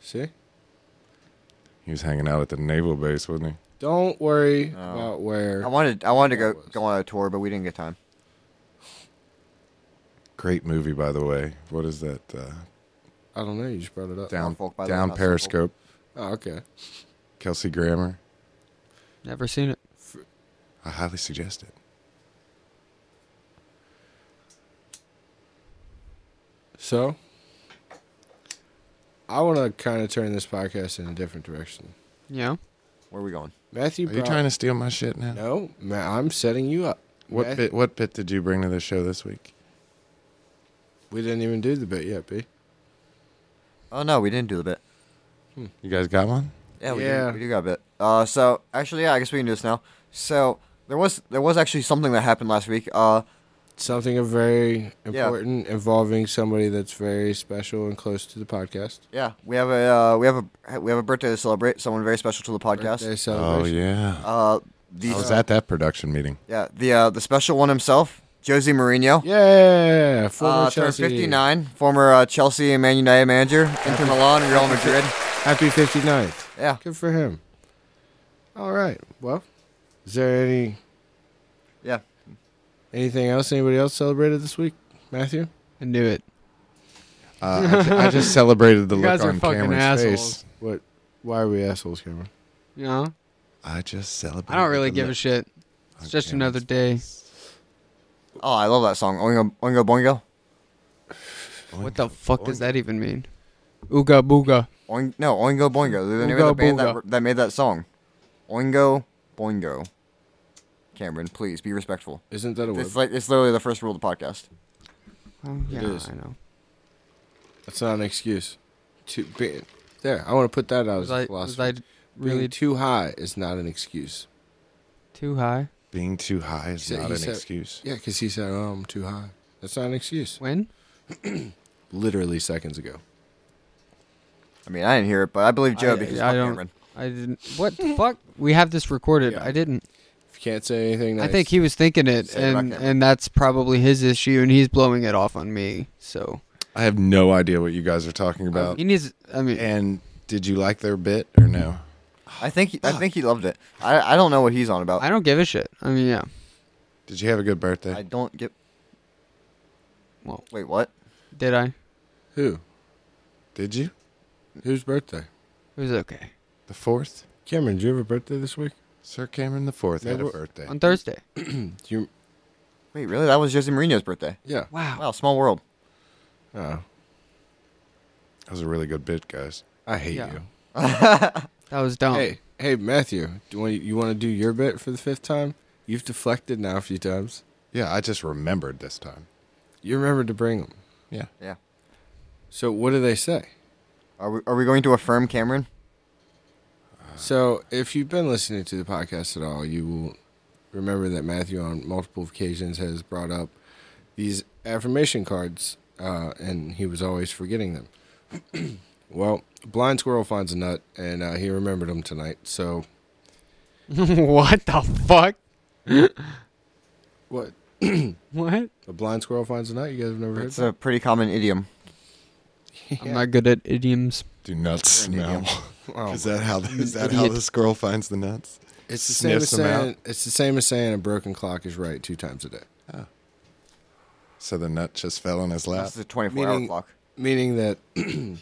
F: See?
A: He was hanging out at the naval base, wasn't he?
F: Don't worry about where.
D: I wanted I wanted to go go on a tour, but we didn't get time.
A: Great movie, by the way. What is that? Uh,
F: I don't know. You just brought it up.
A: down
D: Suffolk, by the way,
A: down
D: not Suffolk.
A: Periscope.
F: Oh, okay.
A: Kelsey Grammer.
E: Never seen it.
A: I highly suggest it.
F: So, I want to kind of turn this podcast in a different direction.
E: Yeah.
D: Where are we going?
F: Matthew,
A: Are you
F: brought-
A: trying to steal my shit now?
F: No, Ma- I'm setting you up.
A: What
F: Matthew-
A: bit? What bit did you bring to the show this week?
F: We didn't even do the bit yet, B.
D: Oh no, we didn't do the bit.
A: You guys got one?
D: Yeah, we,
F: Yeah.
D: Do, we do got a bit. Uh, so actually, yeah, I guess we can do this now. So there was there was actually something that happened last week. Uh,
F: Something of very
D: Yeah.
F: important involving somebody that's very special and close to the podcast.
D: yeah, we have a uh, we have a we have a birthday to celebrate. Someone very special to the podcast.
F: Birthday
A: Oh
F: celebration.
A: yeah.
D: Uh,
A: I was
D: the
A: at that production meeting.
D: yeah the uh, the special one himself, Josie Mourinho.
F: Yeah, former
D: Uh, turned
F: Chelsea.
D: 59, former uh, Chelsea and Man United manager, Inter Milan, and Real Madrid.
F: Happy 59th.
D: Yeah.
F: Good for him. All right. Well, is there any
D: Yeah.
F: anything else anybody else celebrated this week, Matthew?
E: I knew it.
A: Uh, I, ju- I just celebrated the
E: You
A: look
E: guys are
A: on
E: fucking
A: Cameron's
E: assholes.
A: face.
F: What? Why are we assholes, Cameron?
E: You know?
A: I just celebrated.
E: I don't really
A: the
E: give a
A: look
E: shit. It's
A: on
E: just
A: Cameron's
E: another day.
D: Oh, I love that song. Oingo Oingo Boingo.
E: What the fuck does that even mean? Ooga booga.
D: Oing, no, Oingo Boingo. They're the name of
E: Ooga
D: the band that,
E: Booga.
D: that made that song. Oingo Boingo. Cameron, please be respectful.
F: Isn't that a word?
D: It's like it's literally the first rule of the podcast.
E: Oh, yeah,
F: is.
E: I know.
F: That's not an excuse. To be there, I want to put that out as
E: Was
F: a
E: I, was
F: philosophy.
E: I really
F: Being too high is not an excuse.
E: too high?
A: Being too high is
F: said-
A: not
F: he
A: an
F: said-
A: excuse.
F: Yeah, because he said, "Oh, I'm too high." That's not an excuse.
E: When?
F: Literally seconds ago.
D: I mean, I didn't hear it, but I believe Joe
E: I-
D: because
E: I
D: fuck
E: don't-
D: Cameron.
E: I didn't. What the fuck? We have this recorded.
F: Yeah.
E: I didn't.
F: If you can't say anything, nice,
E: I think he was thinking it,
D: Say it about
E: and
D: Cameron.
E: and that's probably his issue, and he's blowing it off on me. So
A: I have no idea what you guys are talking about.
E: Um, He needs. I mean,
A: And did you like their bit or no?
D: I think he, I think he loved it. I I don't know what he's on about.
E: I don't give a shit. I mean, yeah.
A: Did you have a good
D: I
A: birthday?
D: don't get.
E: Well-
D: wait, what?
E: Did I? It
F: Who?
A: Did you?
F: Whose birthday?
E: was okay
A: The fourth?
F: Cameron, do you have a birthday this week?
A: Sir Cameron the fourth had a
F: Never-
A: birthday.
E: on Thursday.
F: Do you?
D: Wait, really? That was Jose Mourinho's birthday.
F: Yeah.
E: Wow.
D: Wow, small world.
F: Oh,
A: That was a really good bit, guys.
F: I hate
E: Yeah.
F: you.
E: That was dumb.
F: Hey, hey, Matthew, do you want, you want to do your bit for the fifth time? You've deflected now a few times.
A: Yeah, I just remembered this time.
F: You remember to bring them.
A: Yeah.
D: Yeah.
F: So what do they say?
D: Are we are we going to affirm Cameron?
F: So if you've been listening to the podcast at all, you will remember that Matthew on multiple occasions has brought up these affirmation cards, uh, and he was always forgetting them. well, blind squirrel finds a nut, and uh, he remembered them tonight. So
E: what the fuck?
F: what?
E: What?
F: A blind squirrel finds a nut. You guys have never heard
D: It's
F: that?
D: a pretty common idiom.
E: I'm not good at idioms.
A: Do nuts smell.
F: Wow.
A: Is that how is that how
E: idiot.
A: this girl finds the nuts?
F: It's the same as
A: Sniffs 'em out.
F: saying it's the same as saying a broken clock is right two times a day.
A: So the nut just fell on his lap.
D: This is a 24 hour
F: meaning-
D: clock.
F: Meaning that the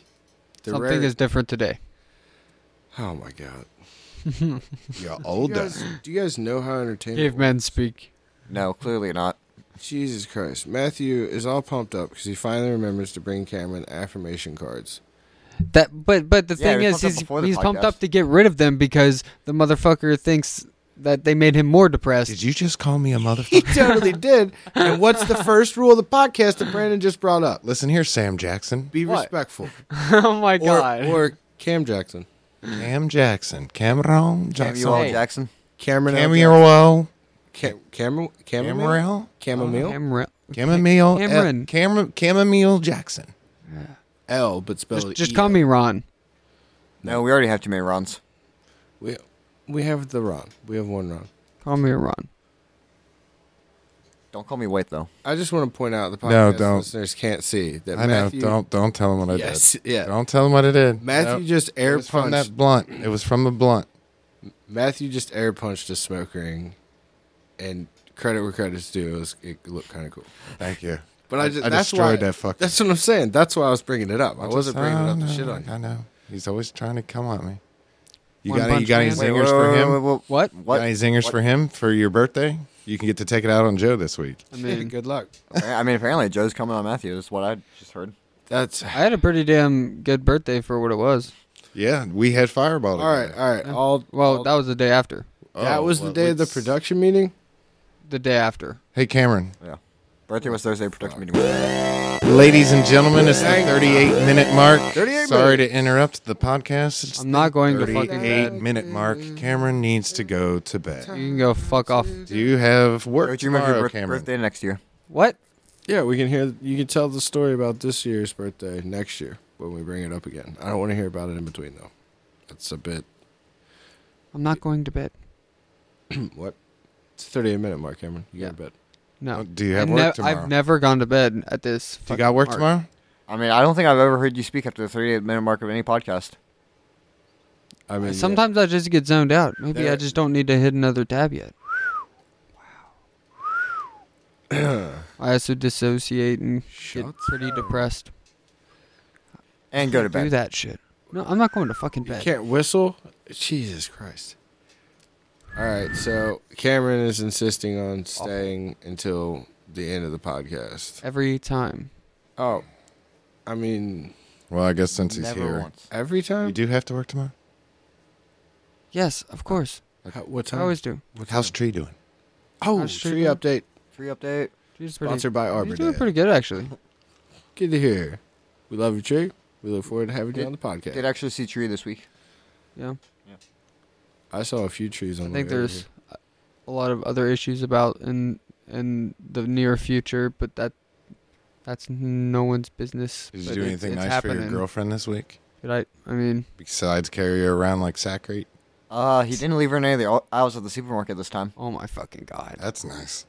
E: Something
F: rare-
E: is different today.
F: Oh my god.
A: You're
F: Do you,
A: older.
F: guys, do you guys know how entertaining?
E: Cavemen speak.
D: No, clearly not.
F: Jesus Christ. Matthew is all pumped up because he finally remembers to bring Cameron affirmation cards.
E: That, but but the
D: Yeah, he
E: thing
D: was pumped
E: is,
D: up
E: he's
D: before the
E: he's pumped
D: podcast.
E: up to get rid of them because the motherfucker thinks that they made him more depressed.
A: Did you just call me a motherfucker?
F: totally did. And what's the first rule of the podcast that Brandon just brought up?
A: Listen here, Sam Jackson.
F: Be
A: What?
F: respectful.
E: oh my
F: Or,
E: god.
F: or Cam Jackson.
A: Cam Jackson. Cameron
D: Samuel
A: Jackson.
E: Hey.
D: Jackson.
F: Cameron.
A: Camero.
F: Cam, Cam, Camomile?
A: Camomile.
F: Chamomile?
E: Camera-
A: Chamomile.
E: Cameron.
A: Cameron. Cam- Chamomile Jackson.
F: L, but spelled
E: Just, just call me Ron.
D: No, we already have too many Rons.
F: We, we have the Ron. We have one Ron.
E: Call me Ron.
D: Don't call me white though.
F: I just want to point out the
A: No,
F: podcast
A: don't.
F: listeners can't see that
A: I know.
F: Matthew.
A: Don't don't tell him what I
F: Yes,
A: did.
F: yeah.
A: Don't tell him what I did.
F: Matthew
A: Nope.
F: just
A: It
F: air
A: was from
F: punched.
A: that blunt. It was from the blunt.
F: Matthew just air punched a smoke ring, and credit where credit's due, it, was, it looked kind of cool.
A: Thank you.
F: But I, just,
A: I
F: that's
A: destroyed
F: why,
A: that fucking-
F: That's what I'm saying. That's why I was bringing it up. I, wasn't bringing it up to
A: I
F: shit
A: know,
F: on you.
A: I know. He's always trying to come at me. You
E: One
A: got any, you
E: Punch
A: got any
E: Man?
A: zingers for him?
E: What?
A: Got any zingers for him for your birthday? You can get to take it out on Joe this week.
E: I mean,
F: good luck.
D: I mean, apparently Joe's coming on Matthew. That's what I just heard.
F: That's
E: I had a pretty damn good birthday for what it was.
A: Yeah, we had Fireball.
F: all right.
A: together.
F: All right. All
E: Well, that was the day after.
A: Oh,
F: that was
A: well,
F: the day of the
A: it's-
F: production meeting.
E: The day after.
A: Hey, Cameron.
D: Yeah. Birthday was Thursday. Production meeting. was-
A: Ladies and gentlemen, it's the 38 minute mark.
F: 38
A: Sorry to interrupt the podcast. It's
E: I'm not going to
A: the
E: fucking
A: 38
E: bed.
A: minute mark. Cameron needs to go to bed.
E: You can go fuck off.
A: Do you have work
D: Joe, do you remember your
A: tomorrow,
D: birth-
A: Cameron?
D: birthday next year?
E: What?
F: Yeah, we can hear. You can tell the story about this year's birthday next year when we bring it up again. I don't want to hear about it in between though. That's a bit.
E: I'm not going to bed.
F: hmm, What? It's a 38 minute mark, Cameron. You
E: Yeah.
F: got a bit.
E: No.
A: Oh, Do you have
E: I
A: work
E: ne-
A: tomorrow?
E: I've never gone to bed at
A: Do
E: this.
A: you
E: fucking
A: got work
E: mark.
A: tomorrow?
D: I mean, I don't think I've ever heard you speak after the 38 minute mark of any podcast.
F: I mean, yeah.
E: Sometimes I just get zoned out. Maybe I
F: There-
E: just don't need to hit another tab yet. Wow. I also dissociate and get pretty depressed.
D: And go to
E: Do
D: bed.
E: that shit. No, I'm not going to fucking
F: You
E: bed.
F: can't whistle? Jesus Christ. All right, so Cameron is insisting on staying until the end of the podcast.
E: Every time.
F: Oh, I mean,
A: Well, I guess since he's
D: Never
A: here.
D: once.
F: every time?
A: You do have to work tomorrow?
E: Yes, of course.
F: How- what
E: I
F: time?
E: always do.
A: How's Tree doing?
F: oh,
E: How's
F: tree
E: tree
F: update.
D: Free update.
E: She's pretty,
F: Sponsored by Arbor
E: she's doing
F: Day.
E: pretty good, actually.
F: Get to here. We love you, Tree. We look forward to having you on the podcast.
D: Did actually see Tree this week.
E: Yeah.
F: I saw a few trees on
E: I
F: the
E: think
F: way over
E: there's
F: here.
E: a lot of other issues about in in the near future, but that that's no one's business.
A: Did you
E: but
A: do
E: it-
A: anything
E: it's
A: nice for
E: happening.
A: your girlfriend this week?
E: Did I? I mean,
A: Besides carry her around like sacrate?
D: Uh, he didn't leave her in any of the aisles of the supermarket this time.
E: oh my fucking god!
A: That's nice.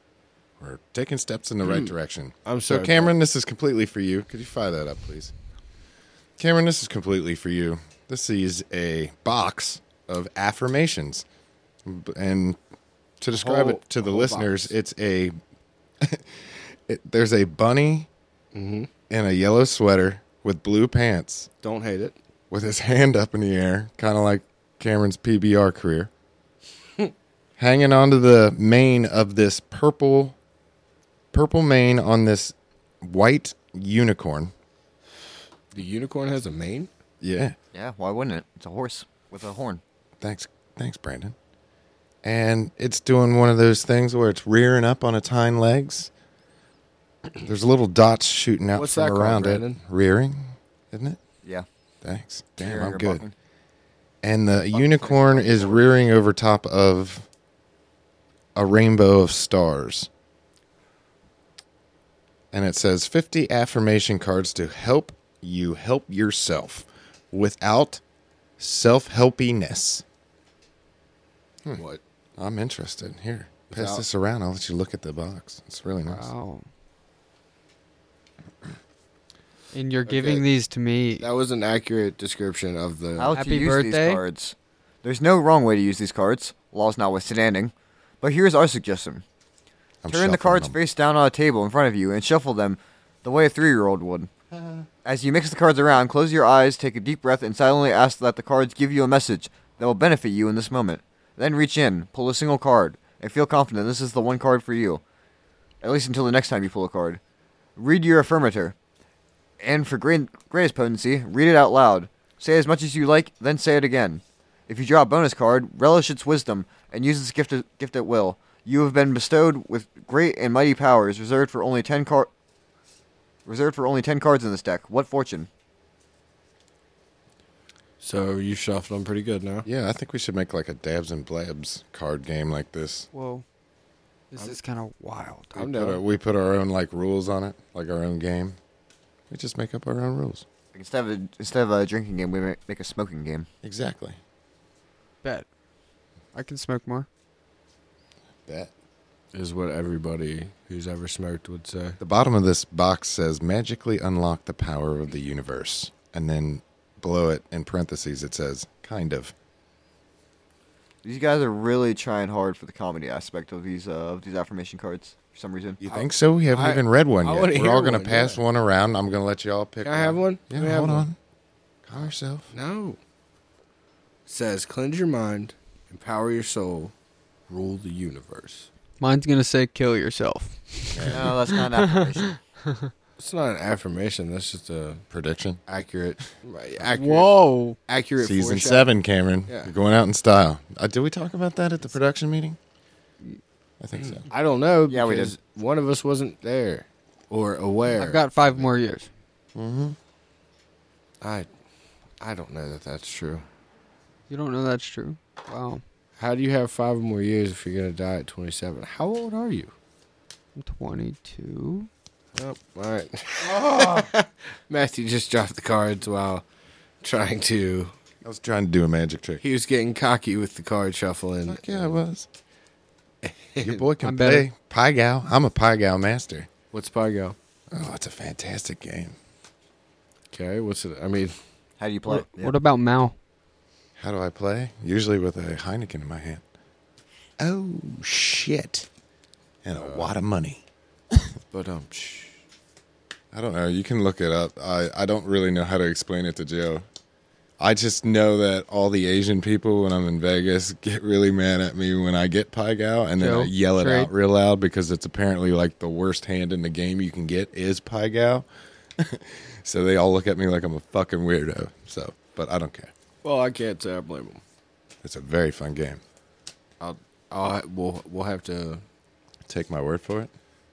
A: We're taking steps in the
D: Mm.
A: right direction.
F: I'm
A: So,
F: sorry,
A: Cameron, this is completely for you. Could you fire that up, please? Cameron, this is completely for you. This is a box of affirmations. B- And to describe
F: whole-
A: it to
F: a
A: the
F: whole
A: listeners,
F: box.
A: it's a it, there's a bunny
F: Mm-hmm.
A: in a yellow sweater with blue pants
F: Don't hate it.
A: with his hand up in the air, kind of like Cameron's PBR career, hanging onto the mane of this purple, purple mane on this white unicorn.
F: The unicorn has a mane.
A: Yeah,
D: Yeah, why wouldn't it? It's a horse with a horn.
A: thanks, thanks, Brandon. And it's doing one of those things where it's rearing up on its hind legs. There's little dots shooting out
F: What's
A: from
F: that called,
A: around it.
F: Brandon?
A: Rearing, isn't it?
D: Yeah.
A: Thanks.
D: Here,
A: Damn, I'm
D: you're
A: good.
D: bucking.
A: and the unicorn is rearing over top of a rainbow of stars. And it says 50 affirmation cards to help you help yourself without self helpiness. Hmm.
F: What?
A: I'm interested. Here, pass
F: Without-
A: this around. I'll let you look at the box. It's really nice.
E: Wow. And you're giving these to me.
F: That was an accurate description of
A: Uh,
F: the.
D: How
E: Happy
D: to use
E: birthday.
D: these cards. There's no wrong way to use these cards, laws notwithstanding. But here's our suggestion.
A: I'm
D: Turn the
A: shuffling
D: cards
A: them.
D: face down on a table in front of you and shuffle them the way a three year old would. As you mix the cards around, close your eyes, take a deep breath, and silently ask that the cards give you a message that will benefit you in this moment. Then reach in, pull a single card, and feel confident this is the one card for you. At least until the next time you pull a card. Read your affirmator. And for great, greatest potency, read it out loud. Say as much as you like, then say it again. If you draw a bonus card, relish its wisdom and use its gift, gift at will. You have been bestowed with great and mighty powers, reserved for only ten card, reserved for only ten cards in this deck. What fortune?
F: so you shuffled them pretty good now.
A: Yeah, I think we should make like a Dabs and Blabs card game like this.
E: Whoa. This is kind of wild.
A: We
F: I'm
A: put,
F: down.
A: our, we put our own like rules on it, like our own game. We just make up our own rules.
D: Like, Instead of a, instead of a drinking game, we ma- make a smoking game.
A: Exactly.
E: Bet. I can smoke more.
A: Bet.
F: Is what everybody who's ever smoked would say.
A: The bottom of this box says magically unlock the power of the universe. And then below it in parentheses it says kind of.
D: These guys are really trying hard for the comedy aspect of these uh, of these affirmation cards for some reason.
A: You think so? We haven't
F: I-
A: even read one
F: I
A: yet.
F: wanna
A: We're all
F: hear
A: gonna
F: one,
A: pass
F: yeah.
A: one around. I'm gonna let you all pick
F: Can I have one?
A: Yeah,
F: Can we have
A: hold
F: one?
A: on. Calm yourself.
F: No. Says cleanse your mind, empower your soul, rule the universe.
E: Mine's going to say kill yourself.
D: No, that's not an affirmation.
F: It's not an affirmation. That's just a
A: Prediction.
F: accurate, right, accurate,
E: Whoa.
F: accurate.
A: Season
F: foreshadow-
A: seven, Cameron.
F: Yeah.
A: You're going out in style. Uh, did we talk about that at the production meeting? I think so.
F: I don't know.
D: Yeah, we did.
F: because One of us wasn't there or aware.
E: I've got five more years.
F: I, I don't know that that's true.
E: You don't know that's true. Wow.
F: How do you have five more years if you're gonna die at 27? How old are you?
E: I'm 22.
F: Oh, all right. Matthew just dropped the cards while trying to.
A: I was trying to do a magic trick.
F: He was getting cocky with the card shuffling.
A: Fuck yeah, I was. Your boy can
E: I'm better.
A: play Pie Gal. I'm a Pie Gal master.
F: What's Pargo?
A: Oh, it's a fantastic game.
F: Okay, what's it? I mean,
D: How do you play?
E: What, what about Mal?
A: How do I play? Usually with a Heineken in my hand. Oh shit! And a wad of money.
F: but um, shh.
A: I don't know. You can look it up. I I don't really know how to explain it to Joe. I just know that all the Asian people when I'm in Vegas get really mad at me when I get Pie Gal, and then
E: Joe,
A: I yell it
E: trade.
A: out real loud because it's apparently like the worst hand in the game you can get is Pie Gal. so they all look at me like I'm a fucking weirdo. So, but I don't care.
F: Well, I can't say I blame him.
A: It's a very fun game.
F: I'll, I'll, we'll, we'll have to.
A: Take my word for it.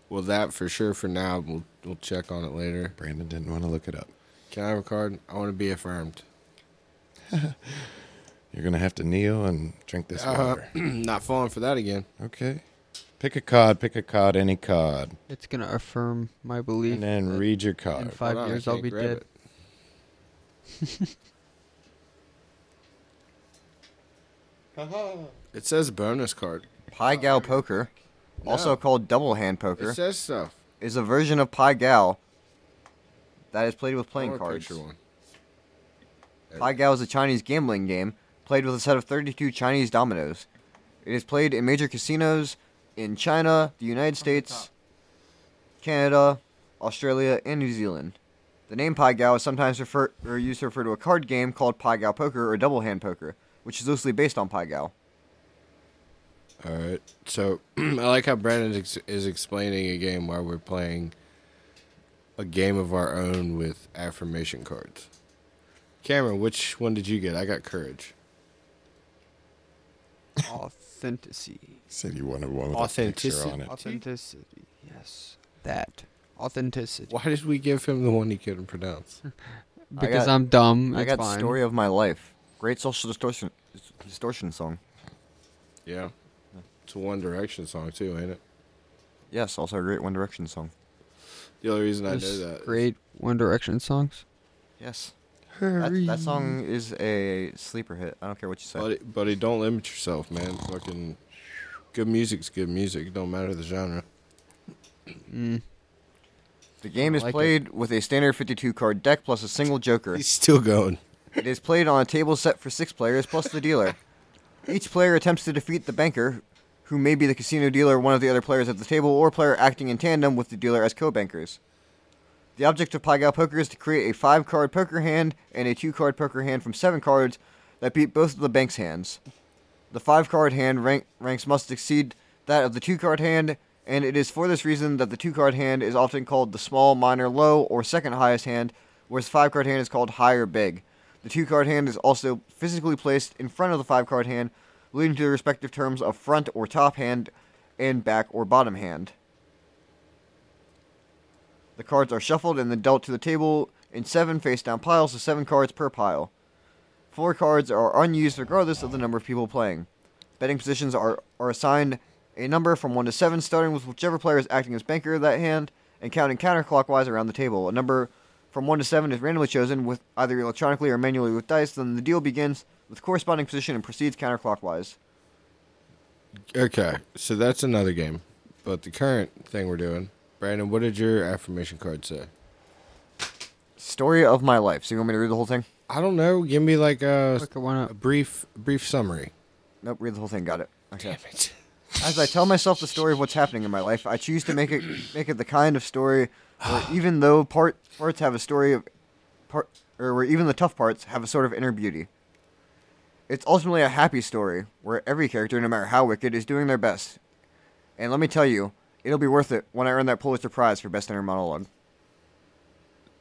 F: Well, that for sure. For now, we'll, we'll check on it later.
A: Brandon didn't want to look it up.
F: Can I have a card? I want to be affirmed.
A: You're gonna have to kneel and drink this
E: Uh-huh.
F: Uh,
A: water.
F: not falling for that again.
A: Okay. Pick a cod. Pick a cod. Any cod.
E: It's going to affirm my belief.
A: And then read your
E: in
A: card.
E: five
F: Hold on, I
E: years, I'll
F: can't
E: be
F: grab
E: dead.
F: it. It says bonus card.
D: Pie Gal Poker also called double hand
F: It
D: poker,
F: says so.
D: is a version of Pai Gal that is played with
F: I
D: playing
F: want a
D: cards.
F: picture one.
D: Pai Gao is a Chinese gambling game played with a set of 32 Chinese dominoes. It is played in major casinos in China, the United States, Canada, Australia, and New Zealand. The name Pai Gao is sometimes refer- or used to refer to a card game called Pai Gao Poker or Double Hand Poker, which is loosely based on Pai Gao.
F: All right. So I like how Brandon ex- is explaining a game while we're playing a game of our own with affirmation cards. Cameron, which one did you get? I got courage.
E: Authenticity.
A: Said you wanted one with a picture
F: Authenticity.
A: on it.
E: Authenticity. Yes. That. Authenticity.
F: Why did we give him the one he couldn't pronounce?
D: I
E: Because
D: got-
E: I'm dumb.
D: I
E: it's
D: got
E: fine.
D: Story of My Life. Great social distortion, distortion song.
F: Yeah. It's a One Direction song too, ain't it?
D: Yes, also a great One Direction song.
F: The only reason I know
E: Those
F: that. is-
E: Great One Direction songs.
D: Yes. That, that song is a sleeper hit. I don't care what you say.
F: buddy, buddy, don't limit yourself, man. Fucking good music's good music. It Don't matter the genre.
D: The game is
E: like it.
D: played with a standard 52 card deck plus a single joker.
F: He's still going.
D: It is played on a table set for six players plus the dealer. Each player attempts to defeat the banker, who may be the casino dealer, one of the other players at the table, or player acting in tandem with the dealer as co bankers. The object of Gal Poker is to create a five card poker hand and a two card poker hand from seven cards that beat both of the bank's hands. The five card hand rank- ranks must exceed that of the two card hand, and it is for this reason that the two card hand is often called the small, minor, low, or second highest hand, whereas the five card hand is called high or big. The two card hand is also physically placed in front of the five card hand, leading to the respective terms of front or top hand and back or bottom hand. The cards are shuffled and then dealt to the table in seven face down piles, so seven cards per pile. Four cards are unused regardless of the number of people playing. Betting positions are, are assigned a number from 1 to 7, starting with whichever player is acting as banker that hand and counting counterclockwise around the table. A number from 1 to 7 is randomly chosen with either electronically or manually with dice, then the deal begins with corresponding position and proceeds counterclockwise.
F: Okay, so that's another game. But the current thing we're doing, Brandon, what did your affirmation card say?
D: Story of my life. So you want me to read the whole thing?
F: I don't know. Give me like a,
E: Look at one
F: a
E: up.
F: brief, brief summary.
D: Nope, read the whole thing. Got it.
F: Damn it.
D: As I tell myself the story of what's happening in my life, I choose to make it make it the kind of story where even though part parts have a story of part or where even the tough parts have a sort of inner beauty. It's ultimately a happy story where every character, no matter how wicked, is doing their best. And let me tell you, it'll be worth it when I earn that Pulitzer Prize for Best Inner Monologue.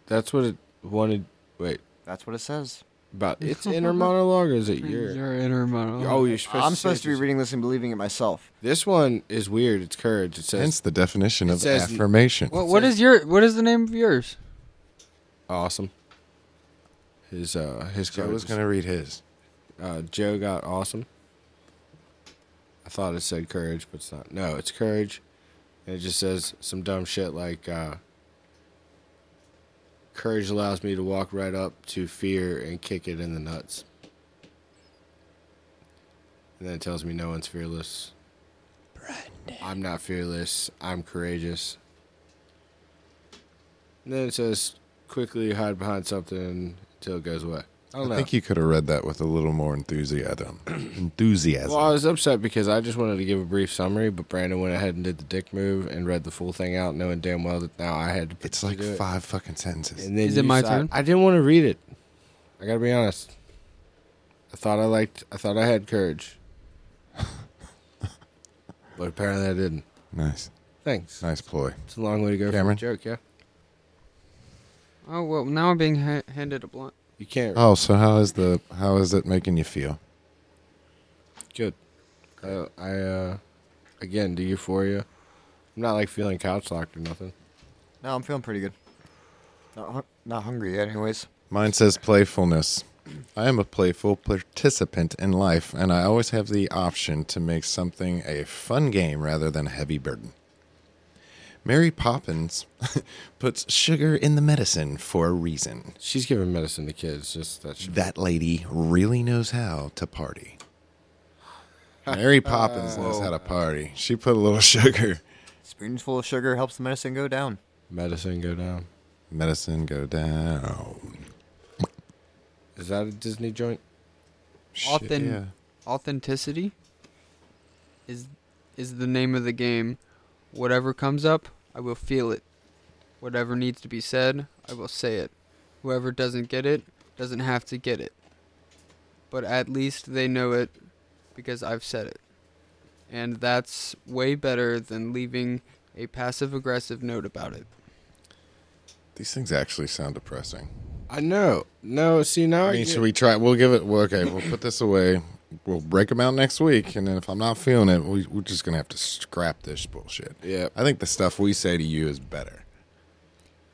F: That's what it wanted. Wait,
D: That's what it says.
F: about its inner monologue or is it
E: Your,
F: your?
E: inner monologue.
F: Oh, you're supposed.
D: I'm
F: to say
D: supposed to be
F: this.
D: reading this and believing it myself.
F: This one is weird. It's courage. It says
A: Hence the definition
F: It
A: of
F: says-
A: affirmation.
E: What, what
F: says-
E: is your what is the name of yours?
F: awesome. His uh, his
A: Joe
F: card
A: was
F: is-
A: gonna read his.
F: Uh, Joe got awesome. I thought it said courage, but it's not. No, it's courage. And it just says some dumb shit like uh, courage allows me to walk right up to fear and kick it in the nuts. And then it tells me no one's fearless. I'm not fearless. I'm courageous. And then it says quickly hide behind something until it goes away. I
A: I,
F: don't know.
A: think you could have read that with a little more enthusiasm. enthusiasm.
F: Well, I was upset because I just wanted to give a brief summary, but Brandon went ahead and did the dick move and read the full thing out, knowing damn well that now I had to.
A: it's like
F: do it.
A: five fucking sentences.
F: And then
E: Is it
F: you
E: my
F: decide-
E: turn?
F: I didn't want to read it. I gotta be honest. I thought I liked. I thought I had courage, but apparently I didn't.
A: nice,
F: Thanks.
A: nice ploy.
F: It's a long way to go
A: Cameron?
F: from a joke. Yeah,
E: Oh well, now I'm being ha- handed a blunt.
F: you can't.
A: Oh, so how is the how is it making you feel?
F: Good. Uh, I uh, again do euphoria. I'm not like feeling couch locked or nothing.
D: No, I'm feeling pretty good. Not, hun- not hungry yet, anyways.
A: Mine says playfulness. I am a playful participant in life, and I always have the option to make something a fun game rather than a heavy burden. Mary Poppins puts sugar in the medicine for a reason.
F: She's giving medicine to kids. Just that. Shit.
A: That lady really knows how to party. Mary Poppins knows how to party. She put a little sugar.
D: Spoonful of sugar helps the medicine go down.
F: Medicine go down.
A: Medicine go down.
F: Is that a Disney joint?
A: Shit,
E: Authen-
A: yeah.
E: authenticity is is the name of the game. Whatever comes up, I will feel it. Whatever needs to be said, I will say it. Whoever doesn't get it doesn't have to get it. But at least they know it because I've said it. And that's way better than leaving a passive aggressive note about it.
A: These things actually sound depressing.
F: I know. No, see now
A: I
F: I
A: mean,
F: get-
A: should we try? We'll give it. Well, okay, we'll put this away. We'll break them out next week, and then if I'm not feeling it, we, we're just gonna have to scrap this bullshit.
F: Yeah.
A: I think the stuff we say to you is better.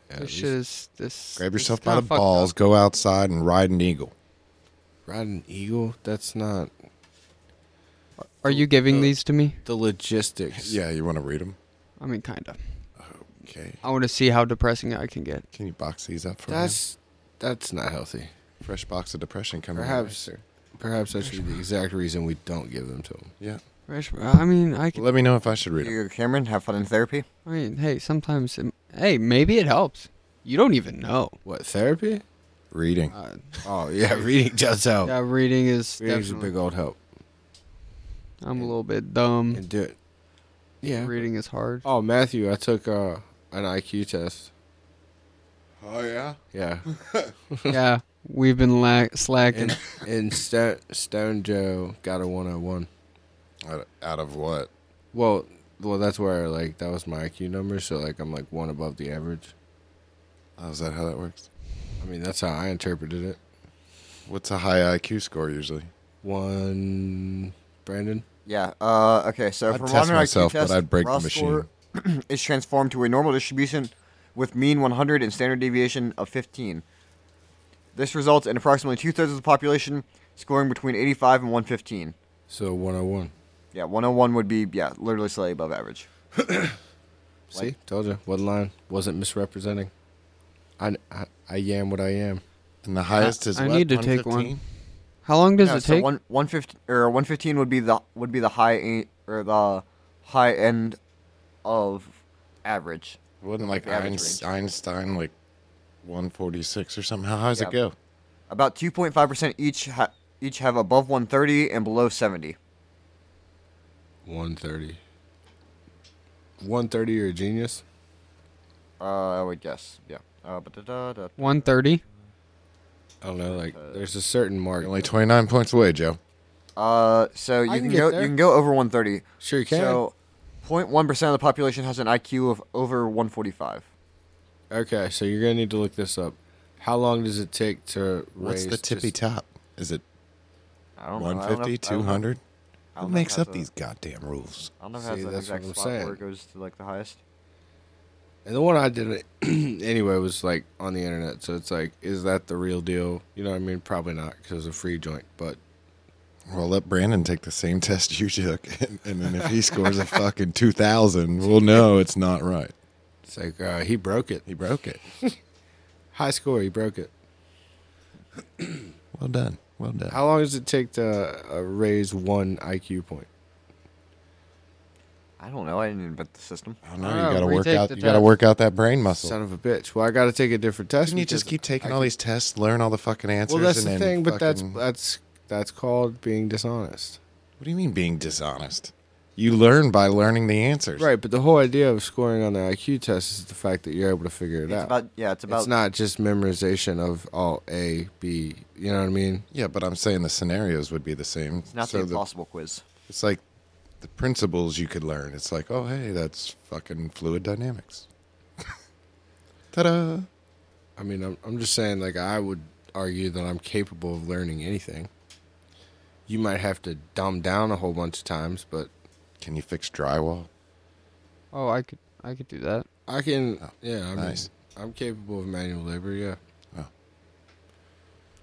E: this shit is this.
A: Grab
E: it's
A: yourself by
E: kinda
A: the
E: fucked up.
A: balls, go outside, and ride an eagle.
F: Ride an eagle? That's not
E: Are you
A: Uh,
E: giving these to me?
F: the logistics.
A: Yeah, you want to read them?
E: I mean, kinda.
A: Okay.
E: I want to see how depressing I can get.
A: Can you box these up for us?
F: That's that's not healthy.
A: Fresh box of depression coming. your way,
F: Perhaps
A: sir.
F: perhaps that should be the exact reason we don't give them to them.
A: Yeah.
E: Fresh. I mean, I can.
A: Let me know if I should read
D: Here
A: them.
D: you go, Cameron. Have fun in therapy.
E: I mean, hey, sometimes. It, hey, maybe it helps. You don't even know.
F: What therapy?
A: Reading.
E: Uh,
F: Oh yeah, reading does help.
E: yeah, reading is
F: Reading's a
E: definitely-
F: big old help.
E: I'm a little bit dumb.
F: And do it. Yeah.
E: Reading is hard.
F: Oh Matthew, I took uh, an IQ test.
A: Oh yeah.
F: Yeah.
E: yeah, we've been la- slacking.
F: And and Stone, Stone Joe got a 101.
A: Out, out of what?
F: Well, well, that's where like that was my IQ number, so like I'm like one above the average.
A: Oh, is that how that works?
F: I mean, that's how I interpreted it.
A: What's a high IQ score usually?
F: One, Brandon.
D: Yeah. Uh, okay. So
A: I'd
D: for
A: test
D: modern
A: myself,
D: IQ
A: but
D: test,
A: I'd break the
D: raw score is transformed to a normal distribution with mean 100 and standard deviation of 15. This results in approximately two thirds of the population scoring between 85 and 115.
F: So 101.
D: Yeah, 101 would be yeah, literally slightly above average.
F: See, told you. One line wasn't misrepresenting. I, I, I am what I am.
A: And the highest is
E: I
A: what,
E: need to take
A: 115?
E: How long does
D: Yeah,
E: it
D: so
E: take?
D: one, 115 or 115 would be the would be the high a- or the high end of average.
A: Wasn't like
D: The average
A: Einst- Einstein like 146 or something. How high does
D: Yeah.
A: it go?
D: About 2.5% each ha- each have above 130 and below 70.
F: 130. 130, you're a genius.
D: Uh, I would guess. Yeah. Uh, but da, da, da.
E: One thirty.
F: I don't know. Like, there's a certain mark.
A: You're Uh, only 29 points away, Joe.
D: Uh, so you
F: I
D: can,
F: can get
D: go
F: there.
D: you can go over 130.
F: sure, you can.
D: So 0.1% of the population has an IQ of over 145.
F: okay, so you're gonna need to look this up. How long does it take to
A: What's
F: raise
A: the tippy
F: just-
A: top? Is it
D: I don't know. I don't know
A: 150,
D: if- I don't know.
A: 200?
D: I
A: Who
D: don't know if
A: makes
D: that's
A: up
D: a-
A: these goddamn rules?
D: I don't know if that's
F: See,
D: the
F: that's
D: exact
F: what I'm
D: spot where
F: saying.
D: it goes to like the highest.
F: And the one I did anyway was like on the internet, so it's like, is that the real deal? You know what I mean? Probably not because it's a free joint, but
A: Well, let Brandon take the same test you took, and, and then if he scores a fucking 2,000, we'll know it's not right.
F: it's like uh, he broke it.
A: He broke it.
F: High score, he broke it.
A: Well done. Well done.
F: How long does it take to uh, raise one IQ point?
D: I don't know. I didn't invent the system.
A: I don't know.
E: Oh,
A: you gotta work
E: retake
A: out.
E: the
A: You gotta
E: test.
A: work out that brain muscle.
F: Son of a bitch. Well, I got to take a different test.
A: Can you just
F: because
A: keep taking
F: I
A: all
F: can-
A: these tests, learn all the fucking answers?
F: Well, that's
A: and
F: the
A: then
F: thing, but that's
A: fucking-
F: that's that's called being dishonest.
A: what do you mean being dishonest? You learn by learning the answers,
F: Right, but the whole idea of scoring on the IQ test is the fact that you're able to figure it
D: It's
F: out.
D: about yeah. It's about
F: it's not just memorization of all A, B. You know what I mean?
A: Yeah, but I'm saying the scenarios would be the same.
D: it's not
A: So
D: the
A: the-
D: impossible quiz.
A: it's like the principles you could learn. It's like, oh hey, that's fucking fluid dynamics. Ta-da!
F: I mean, I'm, I'm just saying, like, I would argue that I'm capable of learning anything. You might have to dumb down a whole bunch of times, but
A: Can you fix drywall?
E: Oh, I could. I could do that.
F: I can. yeah, I
A: nice.
F: mean, I'm capable of manual labor. Yeah,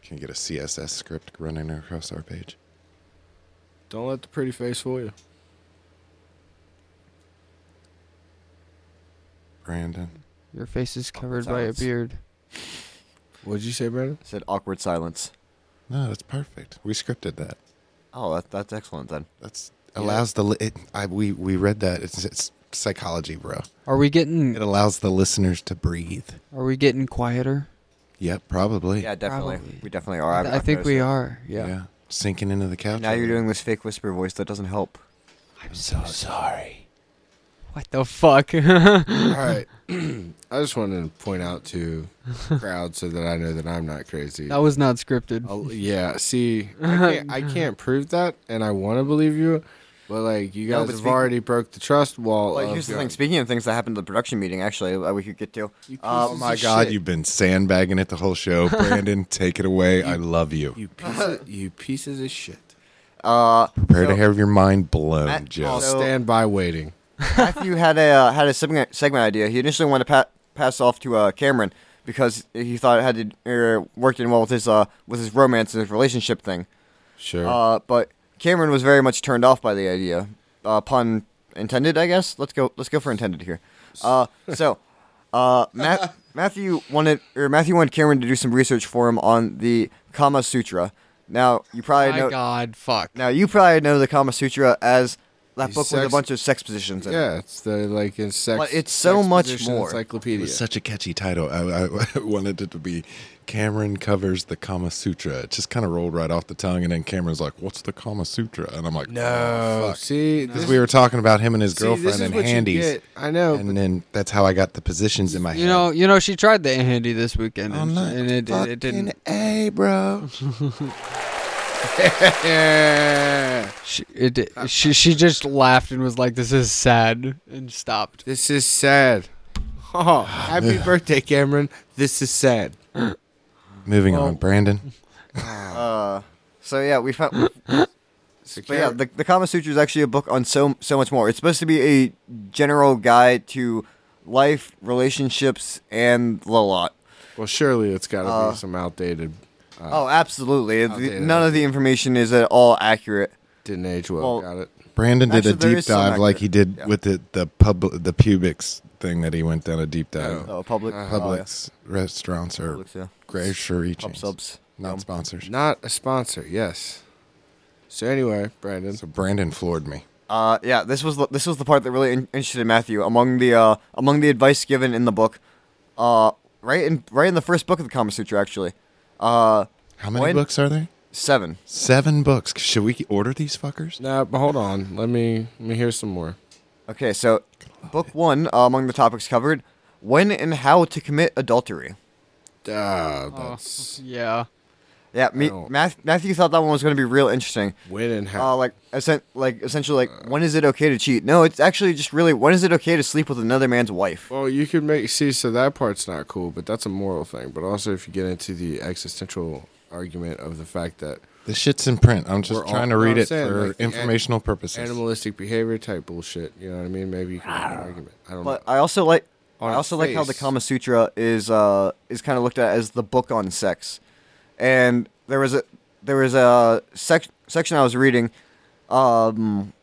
A: Can you get a CSS script running across our page?
F: don't let the pretty face fool you.
A: Brandon,
E: Your face is covered
D: that
E: by a
D: was-
E: beard.
F: What'd you say, Brandon?
D: It said awkward silence.
A: no, that's perfect. We scripted that.
D: Oh, that, that's excellent then.
A: That's allows the li- it, I, we we read that it's, it's psychology, bro.
E: Are we getting
A: It allows the listeners to breathe.
E: Are we getting quieter?
A: Yep, probably.
D: Yeah, definitely.
E: Probably.
D: We definitely are. I've-
E: I
D: I've
E: think we
D: noticed
E: are. Yeah.
A: Sinking into the couch.
D: it. Now you're
A: over
D: doing this fake whisper voice that doesn't help.
A: I'm so sorry.
E: What the fuck?
F: All right. I just wanted to point out to crowd so that I know that I'm not crazy.
E: that was not scripted.
F: I'll- yeah, see, I can't, I can't prove that, and I want to believe you, but like you
D: No,
F: guys
D: but
F: have
D: speak-
F: already broke the trust wall.
D: Well,
F: of
D: here's the
F: your-
D: thing. Speaking of things that happened at the production meeting, actually, that we could get to. uh,
A: Oh my God, you've been sandbagging it the whole show. Brandon, take it away. I love you.
F: you pieces, you pieces of shit.
D: Uh,
A: Prepare
D: so-
A: to have your mind blown,
D: Matt-
A: Joe.
F: I'll
D: So-
F: stand by waiting.
D: Matthew had a uh, had a segment, segment idea. He initially wanted to pa- pass off to uh, Cameron because he thought it had to er, worked in well with his uh, with his romance and his relationship thing.
F: Sure.
D: Uh, but Cameron was very much turned off by the idea. Uh, pun intended, I guess. Let's go. Let's go for intended here. Uh, so, uh, Ma- Matthew wanted or Matthew wanted Cameron to do some research for him on the Kama Sutra. Now you probably
E: My
D: know.
E: God, fuck.
D: Now you probably know the Kama Sutra as that
F: The
D: book with a
F: sex-
D: bunch of sex positions in it.
F: yeah, it's the like in sex.
D: But it's so
F: sex
D: much
F: position
D: more.
A: It
F: encyclopedia.
A: was such a catchy title. I, I wanted it to be Cameron covers the Kama Sutra. It just kind of rolled right off the tongue, and then Cameron's like, "What's the Kama Sutra?" And I'm like,
F: no, Oh, see,
A: because we were talking about him and his
F: see, this
A: girlfriend
F: is
A: and
F: what you
A: handies,
F: get. I know,
A: and then that's how I got the positions in my
E: You
A: head.
E: know, you know, she tried the handy this weekend,
A: I'm
E: and,
A: like,
E: and it, it, it didn't.
A: A, bro.
F: Yeah.
E: She, it, di- she, she just laughed and was like, "This is sad," and stopped.
F: This is sad. Oh, happy birthday, Cameron. This is sad.
A: Moving on, Brandon.
D: Uh, so yeah, we found. But yeah, the, the Kama Sutra is actually a book on so so much more. It's supposed to be a general guide to life, relationships, and the lot.
F: Well, surely it's got to
D: Uh,
F: be some outdated.
D: Oh, absolutely. The-
F: outdated.
D: None of the information is at all accurate.
F: Didn't age well.
D: well,
F: got it.
A: Brandon did
D: Actually, there
A: a deep
D: is some
A: dive like
D: accurate-
A: he did
D: yeah.
A: with the the pub the Publix thing that he went down a deep dive.
D: Oh, public,
F: Uh,
A: Publix restaurants
D: oh, yeah.
A: or
D: Publix, yeah.
A: grocery
D: pub
A: chains,
D: subs.
A: not sponsors.
F: Not a sponsor. Yes. So anyway, Brandon.
A: So Brandon floored me.
D: Uh, yeah, this was the, this was the part that really in- interested Matthew. Among the uh, among the advice given in the book, uh, right in right in the first book of the Kama Sutra, actually, uh,
A: How many
D: When-
A: books are there?
D: seven.
A: Seven books. Should we order these fuckers?
F: Nah, but hold on. Let me let me hear some more.
D: Okay, so book one uh, among the topics covered: when and how to commit adultery.
F: Ah,
E: Oh,
F: that's
E: yeah.
D: Yeah, me,
F: don't-
D: Math, Matthew thought that one was going to be real interesting.
F: when and how.
D: Uh, like, essen- like essentially, like when is it okay to cheat? No, it's actually just really when is it okay to sleep with another man's wife?
F: well, you could make see. So that part's not cool, but that's a moral thing. But also, if you get into the existential argument of the fact that
A: This shit's in print. I'm just
F: We're all-
A: trying to
F: no,
A: read
F: I'm
A: it
F: saying,
A: for
F: like, the an-
A: informational purposes.
F: animalistic behavior type bullshit, you know what I mean? Maybe you can make an argument. I don't
D: Ah, But
F: know.
D: I also like
F: On
D: I
F: its
D: also like how the
F: face.
D: Kama Sutra is uh is kind of looked at as the book on sex, and there was a there was a sec- section I was reading, um,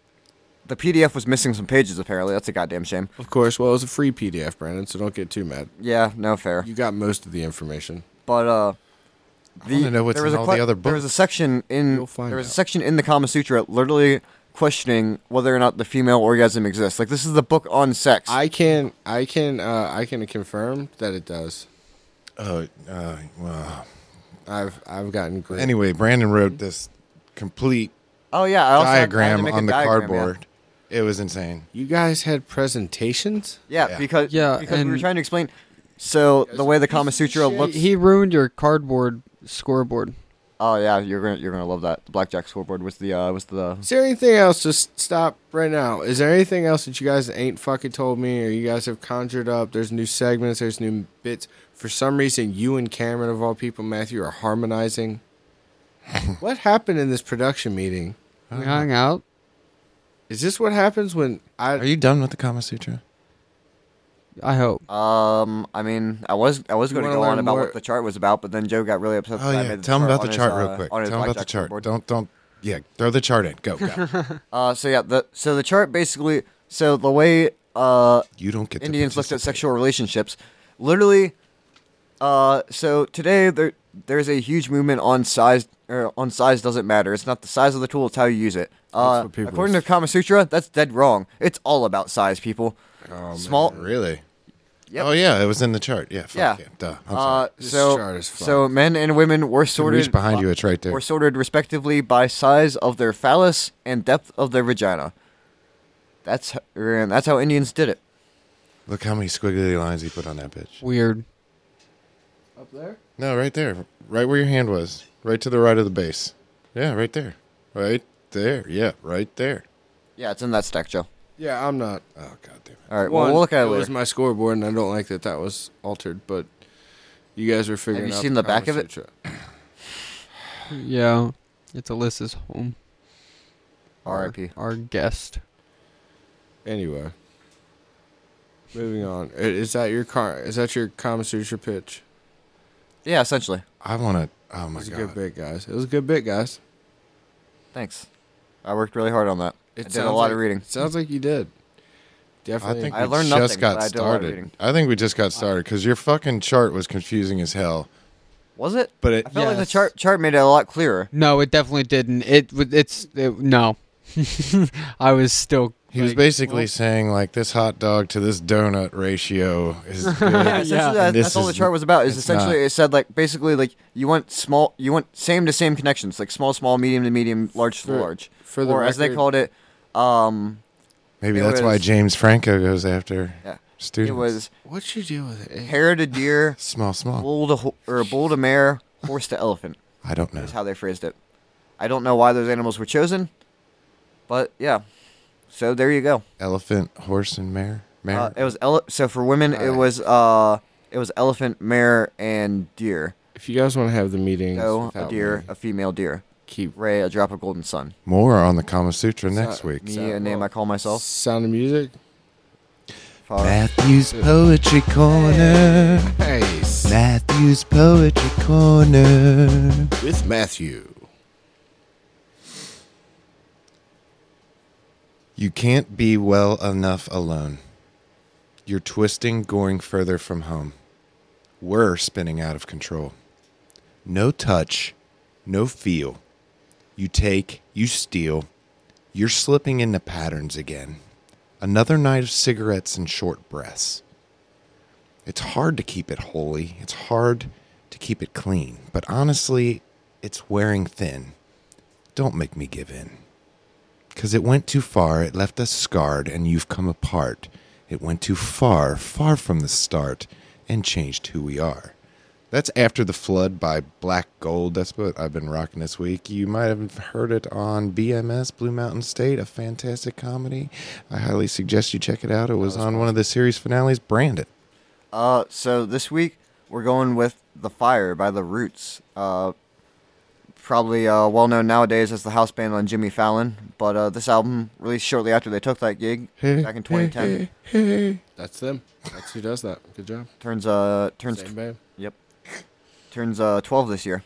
D: the PDF was missing some pages apparently. That's a goddamn shame.
F: Of course, well, it's a free PDF, Brandon, so don't get too mad.
D: Yeah, no fair.
F: You got most of the information.
D: But uh,
A: I wanna know what's in all the other
D: There was a section in
F: You'll find
D: there was a
F: out.
D: section in the Kama Sutra literally questioning whether or not the female orgasm exists. Like this is the book on sex.
F: I can, I can, uh, I can confirm that it does.
A: oh, uh, well.
F: I've, I've gotten great.
A: Anyway, Brandon wrote this complete
D: oh yeah, I also had- I had to
A: diagram
D: make a
A: on the
D: diagram, yeah.
A: cardboard. It was insane.
F: you guys had presentations.
D: Yeah,
A: Yeah.
D: because
E: Yeah,
D: because we were
E: and-
D: trying to explain. So the way the Kama Sutra looks.
E: He ruined your cardboard scoreboard.
D: oh yeah, you're gonna you're gonna love that. The blackjack scoreboard was the uh, was the.
F: Is there anything else? Just stop right now. Is there anything else that you guys ain't fucking told me, or you guys have conjured up? There's new segments. There's new bits. For some reason, you and Cameron, of all people, Matthew, are harmonizing. what happened in this production meeting?
A: Uh-huh.
E: We hung out.
F: Is this what happens when I?
A: Are you done with the Kama Sutra?
E: I hope.
A: Uh.
D: Um, I mean, I was I was
F: You
D: going to
F: wanna
D: go on
F: learn
D: about
F: more-
D: what the chart was about, but then Joe got really upset.
A: Oh
D: that I
A: yeah,
D: made the
A: tell him about the
D: on his,
A: chart
D: uh,
A: real quick.
D: on his
A: Tell him about the
D: blackjack
A: chart.
D: scoreboard.
A: Don't don't yeah, throw the chart in. Go go.
D: Uh, so yeah, the so the chart basically so the way uh
A: you don't get to
D: Indians looked at
A: participate.
D: sexual relationships, literally, Uh, so today there there's a huge movement on size or on size doesn't matter. It's not the size of the tool; it's how you use it. Uh,
F: what people
D: according to Kama Sutra, that's dead wrong. It's all about size, people.
F: Oh,
D: Small.
A: Really?
D: Yep.
A: Oh yeah, it was in the chart. Yeah. Fuck
D: Yeah.
A: yeah. Duh. I'm
D: Uh, uh,
A: sorry.
F: This chart
D: so
F: is fucked.
D: so men and women were sorted
A: Reach behind you. It's right there.
D: were sorted respectively by size of their phallus and depth of their vagina. That's h- and that's how Indians did it.
A: Look how many squiggly lines he put on that bitch.
E: Weird.
F: Up there?
A: No, right there. Right where your hand was. Right to the right of the base. Yeah, right there. Right there. Yeah, right there.
D: Yeah, it's in that stack, Joe.
F: Yeah, I'm not.
A: Oh god damn it.
D: All right, well, we'll look at it
F: was
D: later.
F: my scoreboard, and I don't like that that was altered, but you guys were figuring
D: you
F: out
D: seen the back of
F: Kama
D: it?
F: Sutra.
E: Yeah. It's Alyssa's home.
D: R.I.P.
E: Our guest.
F: Anyway. Moving on. I- Is that your car? Is that your Kama Sutra pitch?
D: Yeah, essentially.
A: I wanna oh
F: It
A: my
F: was a
A: god.
F: good bit, guys. It was a good bit, guys.
D: Thanks. I worked really hard on that.
F: It
D: I did a
F: sounds
D: lot
F: like-
D: of reading.
F: Sounds like you did.
A: I
F: Definitely.
A: think
D: I
A: we
D: learned
A: just
D: nothing,
A: got
D: but I did a lot of reading.
A: started. I think we just got started because your fucking chart was confusing as hell.
D: Was it?
A: But it
D: I felt like the
E: Yes.
D: chart chart made it a lot clearer.
E: No, it definitely didn't. It w- it's it, no. I was still.
A: He was
E: like,
A: basically
E: well,
A: saying like this hot dog to this donut ratio is
D: Yeah,
A: good.
D: essentially
A: And
D: that,
A: this
D: that's all the
A: is-
D: chart was about. Is
A: it's
D: essentially it said like basically like you want small, you want same to same connections, like small small, medium to medium, large to
F: For-
D: large,
F: for the
D: or as they
F: record-
D: called it, um,
A: Maybe
D: It
A: that's why
D: was-
A: James Franco goes after
D: Yeah.
A: students.
D: it was
F: What'd you do with it?
D: hare to deer,
A: small, small.
D: bull to ho- or bull to mare, horse to elephant.
A: I don't know.
D: Is how they phrased it. I don't know why those animals were chosen, but yeah. So there you go.
A: Elephant, horse, and mare. Mare.
D: Uh, it was ele- so for women it
F: Alright.
D: was uh it was elephant, mare, and deer.
F: If you guys want to have the meetings,
D: So a
F: without
D: deer,
F: me,
D: a female deer.
F: keep
D: Ray, a drop of golden sun.
A: More on the Kama Sutra next
F: not
A: week.
D: Me,
F: Sound-
D: a name I call myself.
F: sound of music.
D: Far-
A: Matthew's Poetry Corner.
F: Nice
A: Matthew's Poetry Corner.
F: with Matthew.
A: You can't be well enough alone. You're twisting, going further from home. We're spinning out of control. No touch, no feel. You take, you steal. You're slipping into patterns again. Another night of cigarettes and short breaths. It's hard to keep it holy. It's hard to keep it clean. But honestly, it's wearing thin. Don't make me give in. Because it went too far, it left us scarred, and you've come apart. It went too far, far from the start, and changed who we are. That's After the Flood by Black Gold. That's what I've been rocking this week. You might have heard it on BMS, Blue Mountain State, a fantastic comedy. I highly suggest you check it out. It was on one of the series finales, Brandon.
D: Uh, so this week we're going with "The Fire" by The Roots. Uh, probably uh, well known nowadays as the house band on Jimmy Fallon, but uh, this album released shortly after they took that gig back in 2010.
F: That's them. That's who does that. Good job.
D: turns uh turns
F: Same babe.
D: yep turns uh 12 this year.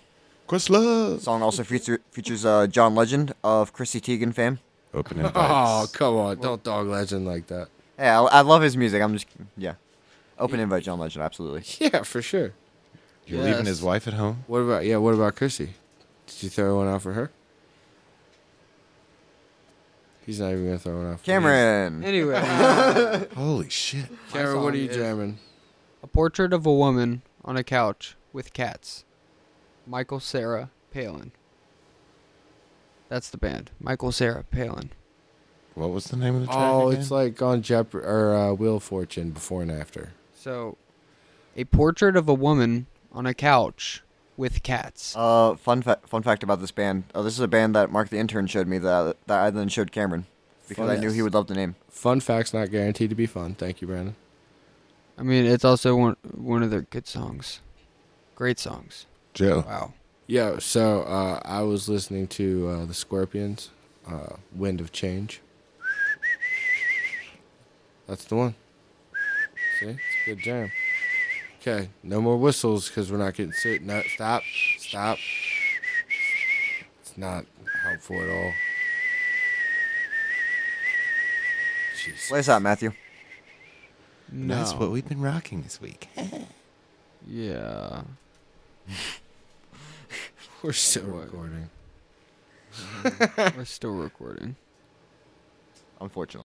A: Questlove.
D: Song also feature, features uh, John Legend of Chrissy Teigen fame.
A: Open invites.
F: Oh come on! Don't dog legend like that.
D: Yeah, I, I love his music. I'm just yeah, open invite John Legend absolutely.
F: Yeah, for sure.
A: You're
E: Yes.
A: leaving his wife at home?
F: What about yeah? What about Chrissy? Did you throw one out for her? He's not even gonna throw one out. For
D: Cameron,
E: Anyway,
A: Holy shit.
F: me. Cameron, what are you
E: song is-
F: jamming?
E: a portrait of a woman on a couch with cats. Michael Sarah Palin. That's the band. Michael Sarah Palin.
A: What was the name of the track?
F: Oh,
A: again?
F: it's like on Jeopardy or uh, Wheel of Fortune before and after.
E: So, a portrait of a woman on a couch with cats.
D: uh, fun fa- fun fact about this band. Oh, this is a band that Mark the intern showed me that that I then showed Cameron because I
F: Fun.
D: knew he would love the name.
F: Fun facts not guaranteed to be fun. Thank you, Brandon.
E: I mean, it's also one one of their good songs. Great songs.
A: Joe.
E: Wow.
F: Yeah, so uh, I was listening to uh, the Scorpions, uh, "Wind of Change." That's the one. See, it's a good jam. Okay, no more whistles because we're not getting sued. No, stop, stop. It's not helpful at all. Jeez.
D: Play us out, Matthew.
E: No.
A: That's what we've been rocking this week.
E: Yeah.
F: We're still
E: What?
F: recording.
E: We're still recording.
D: Unfortunately.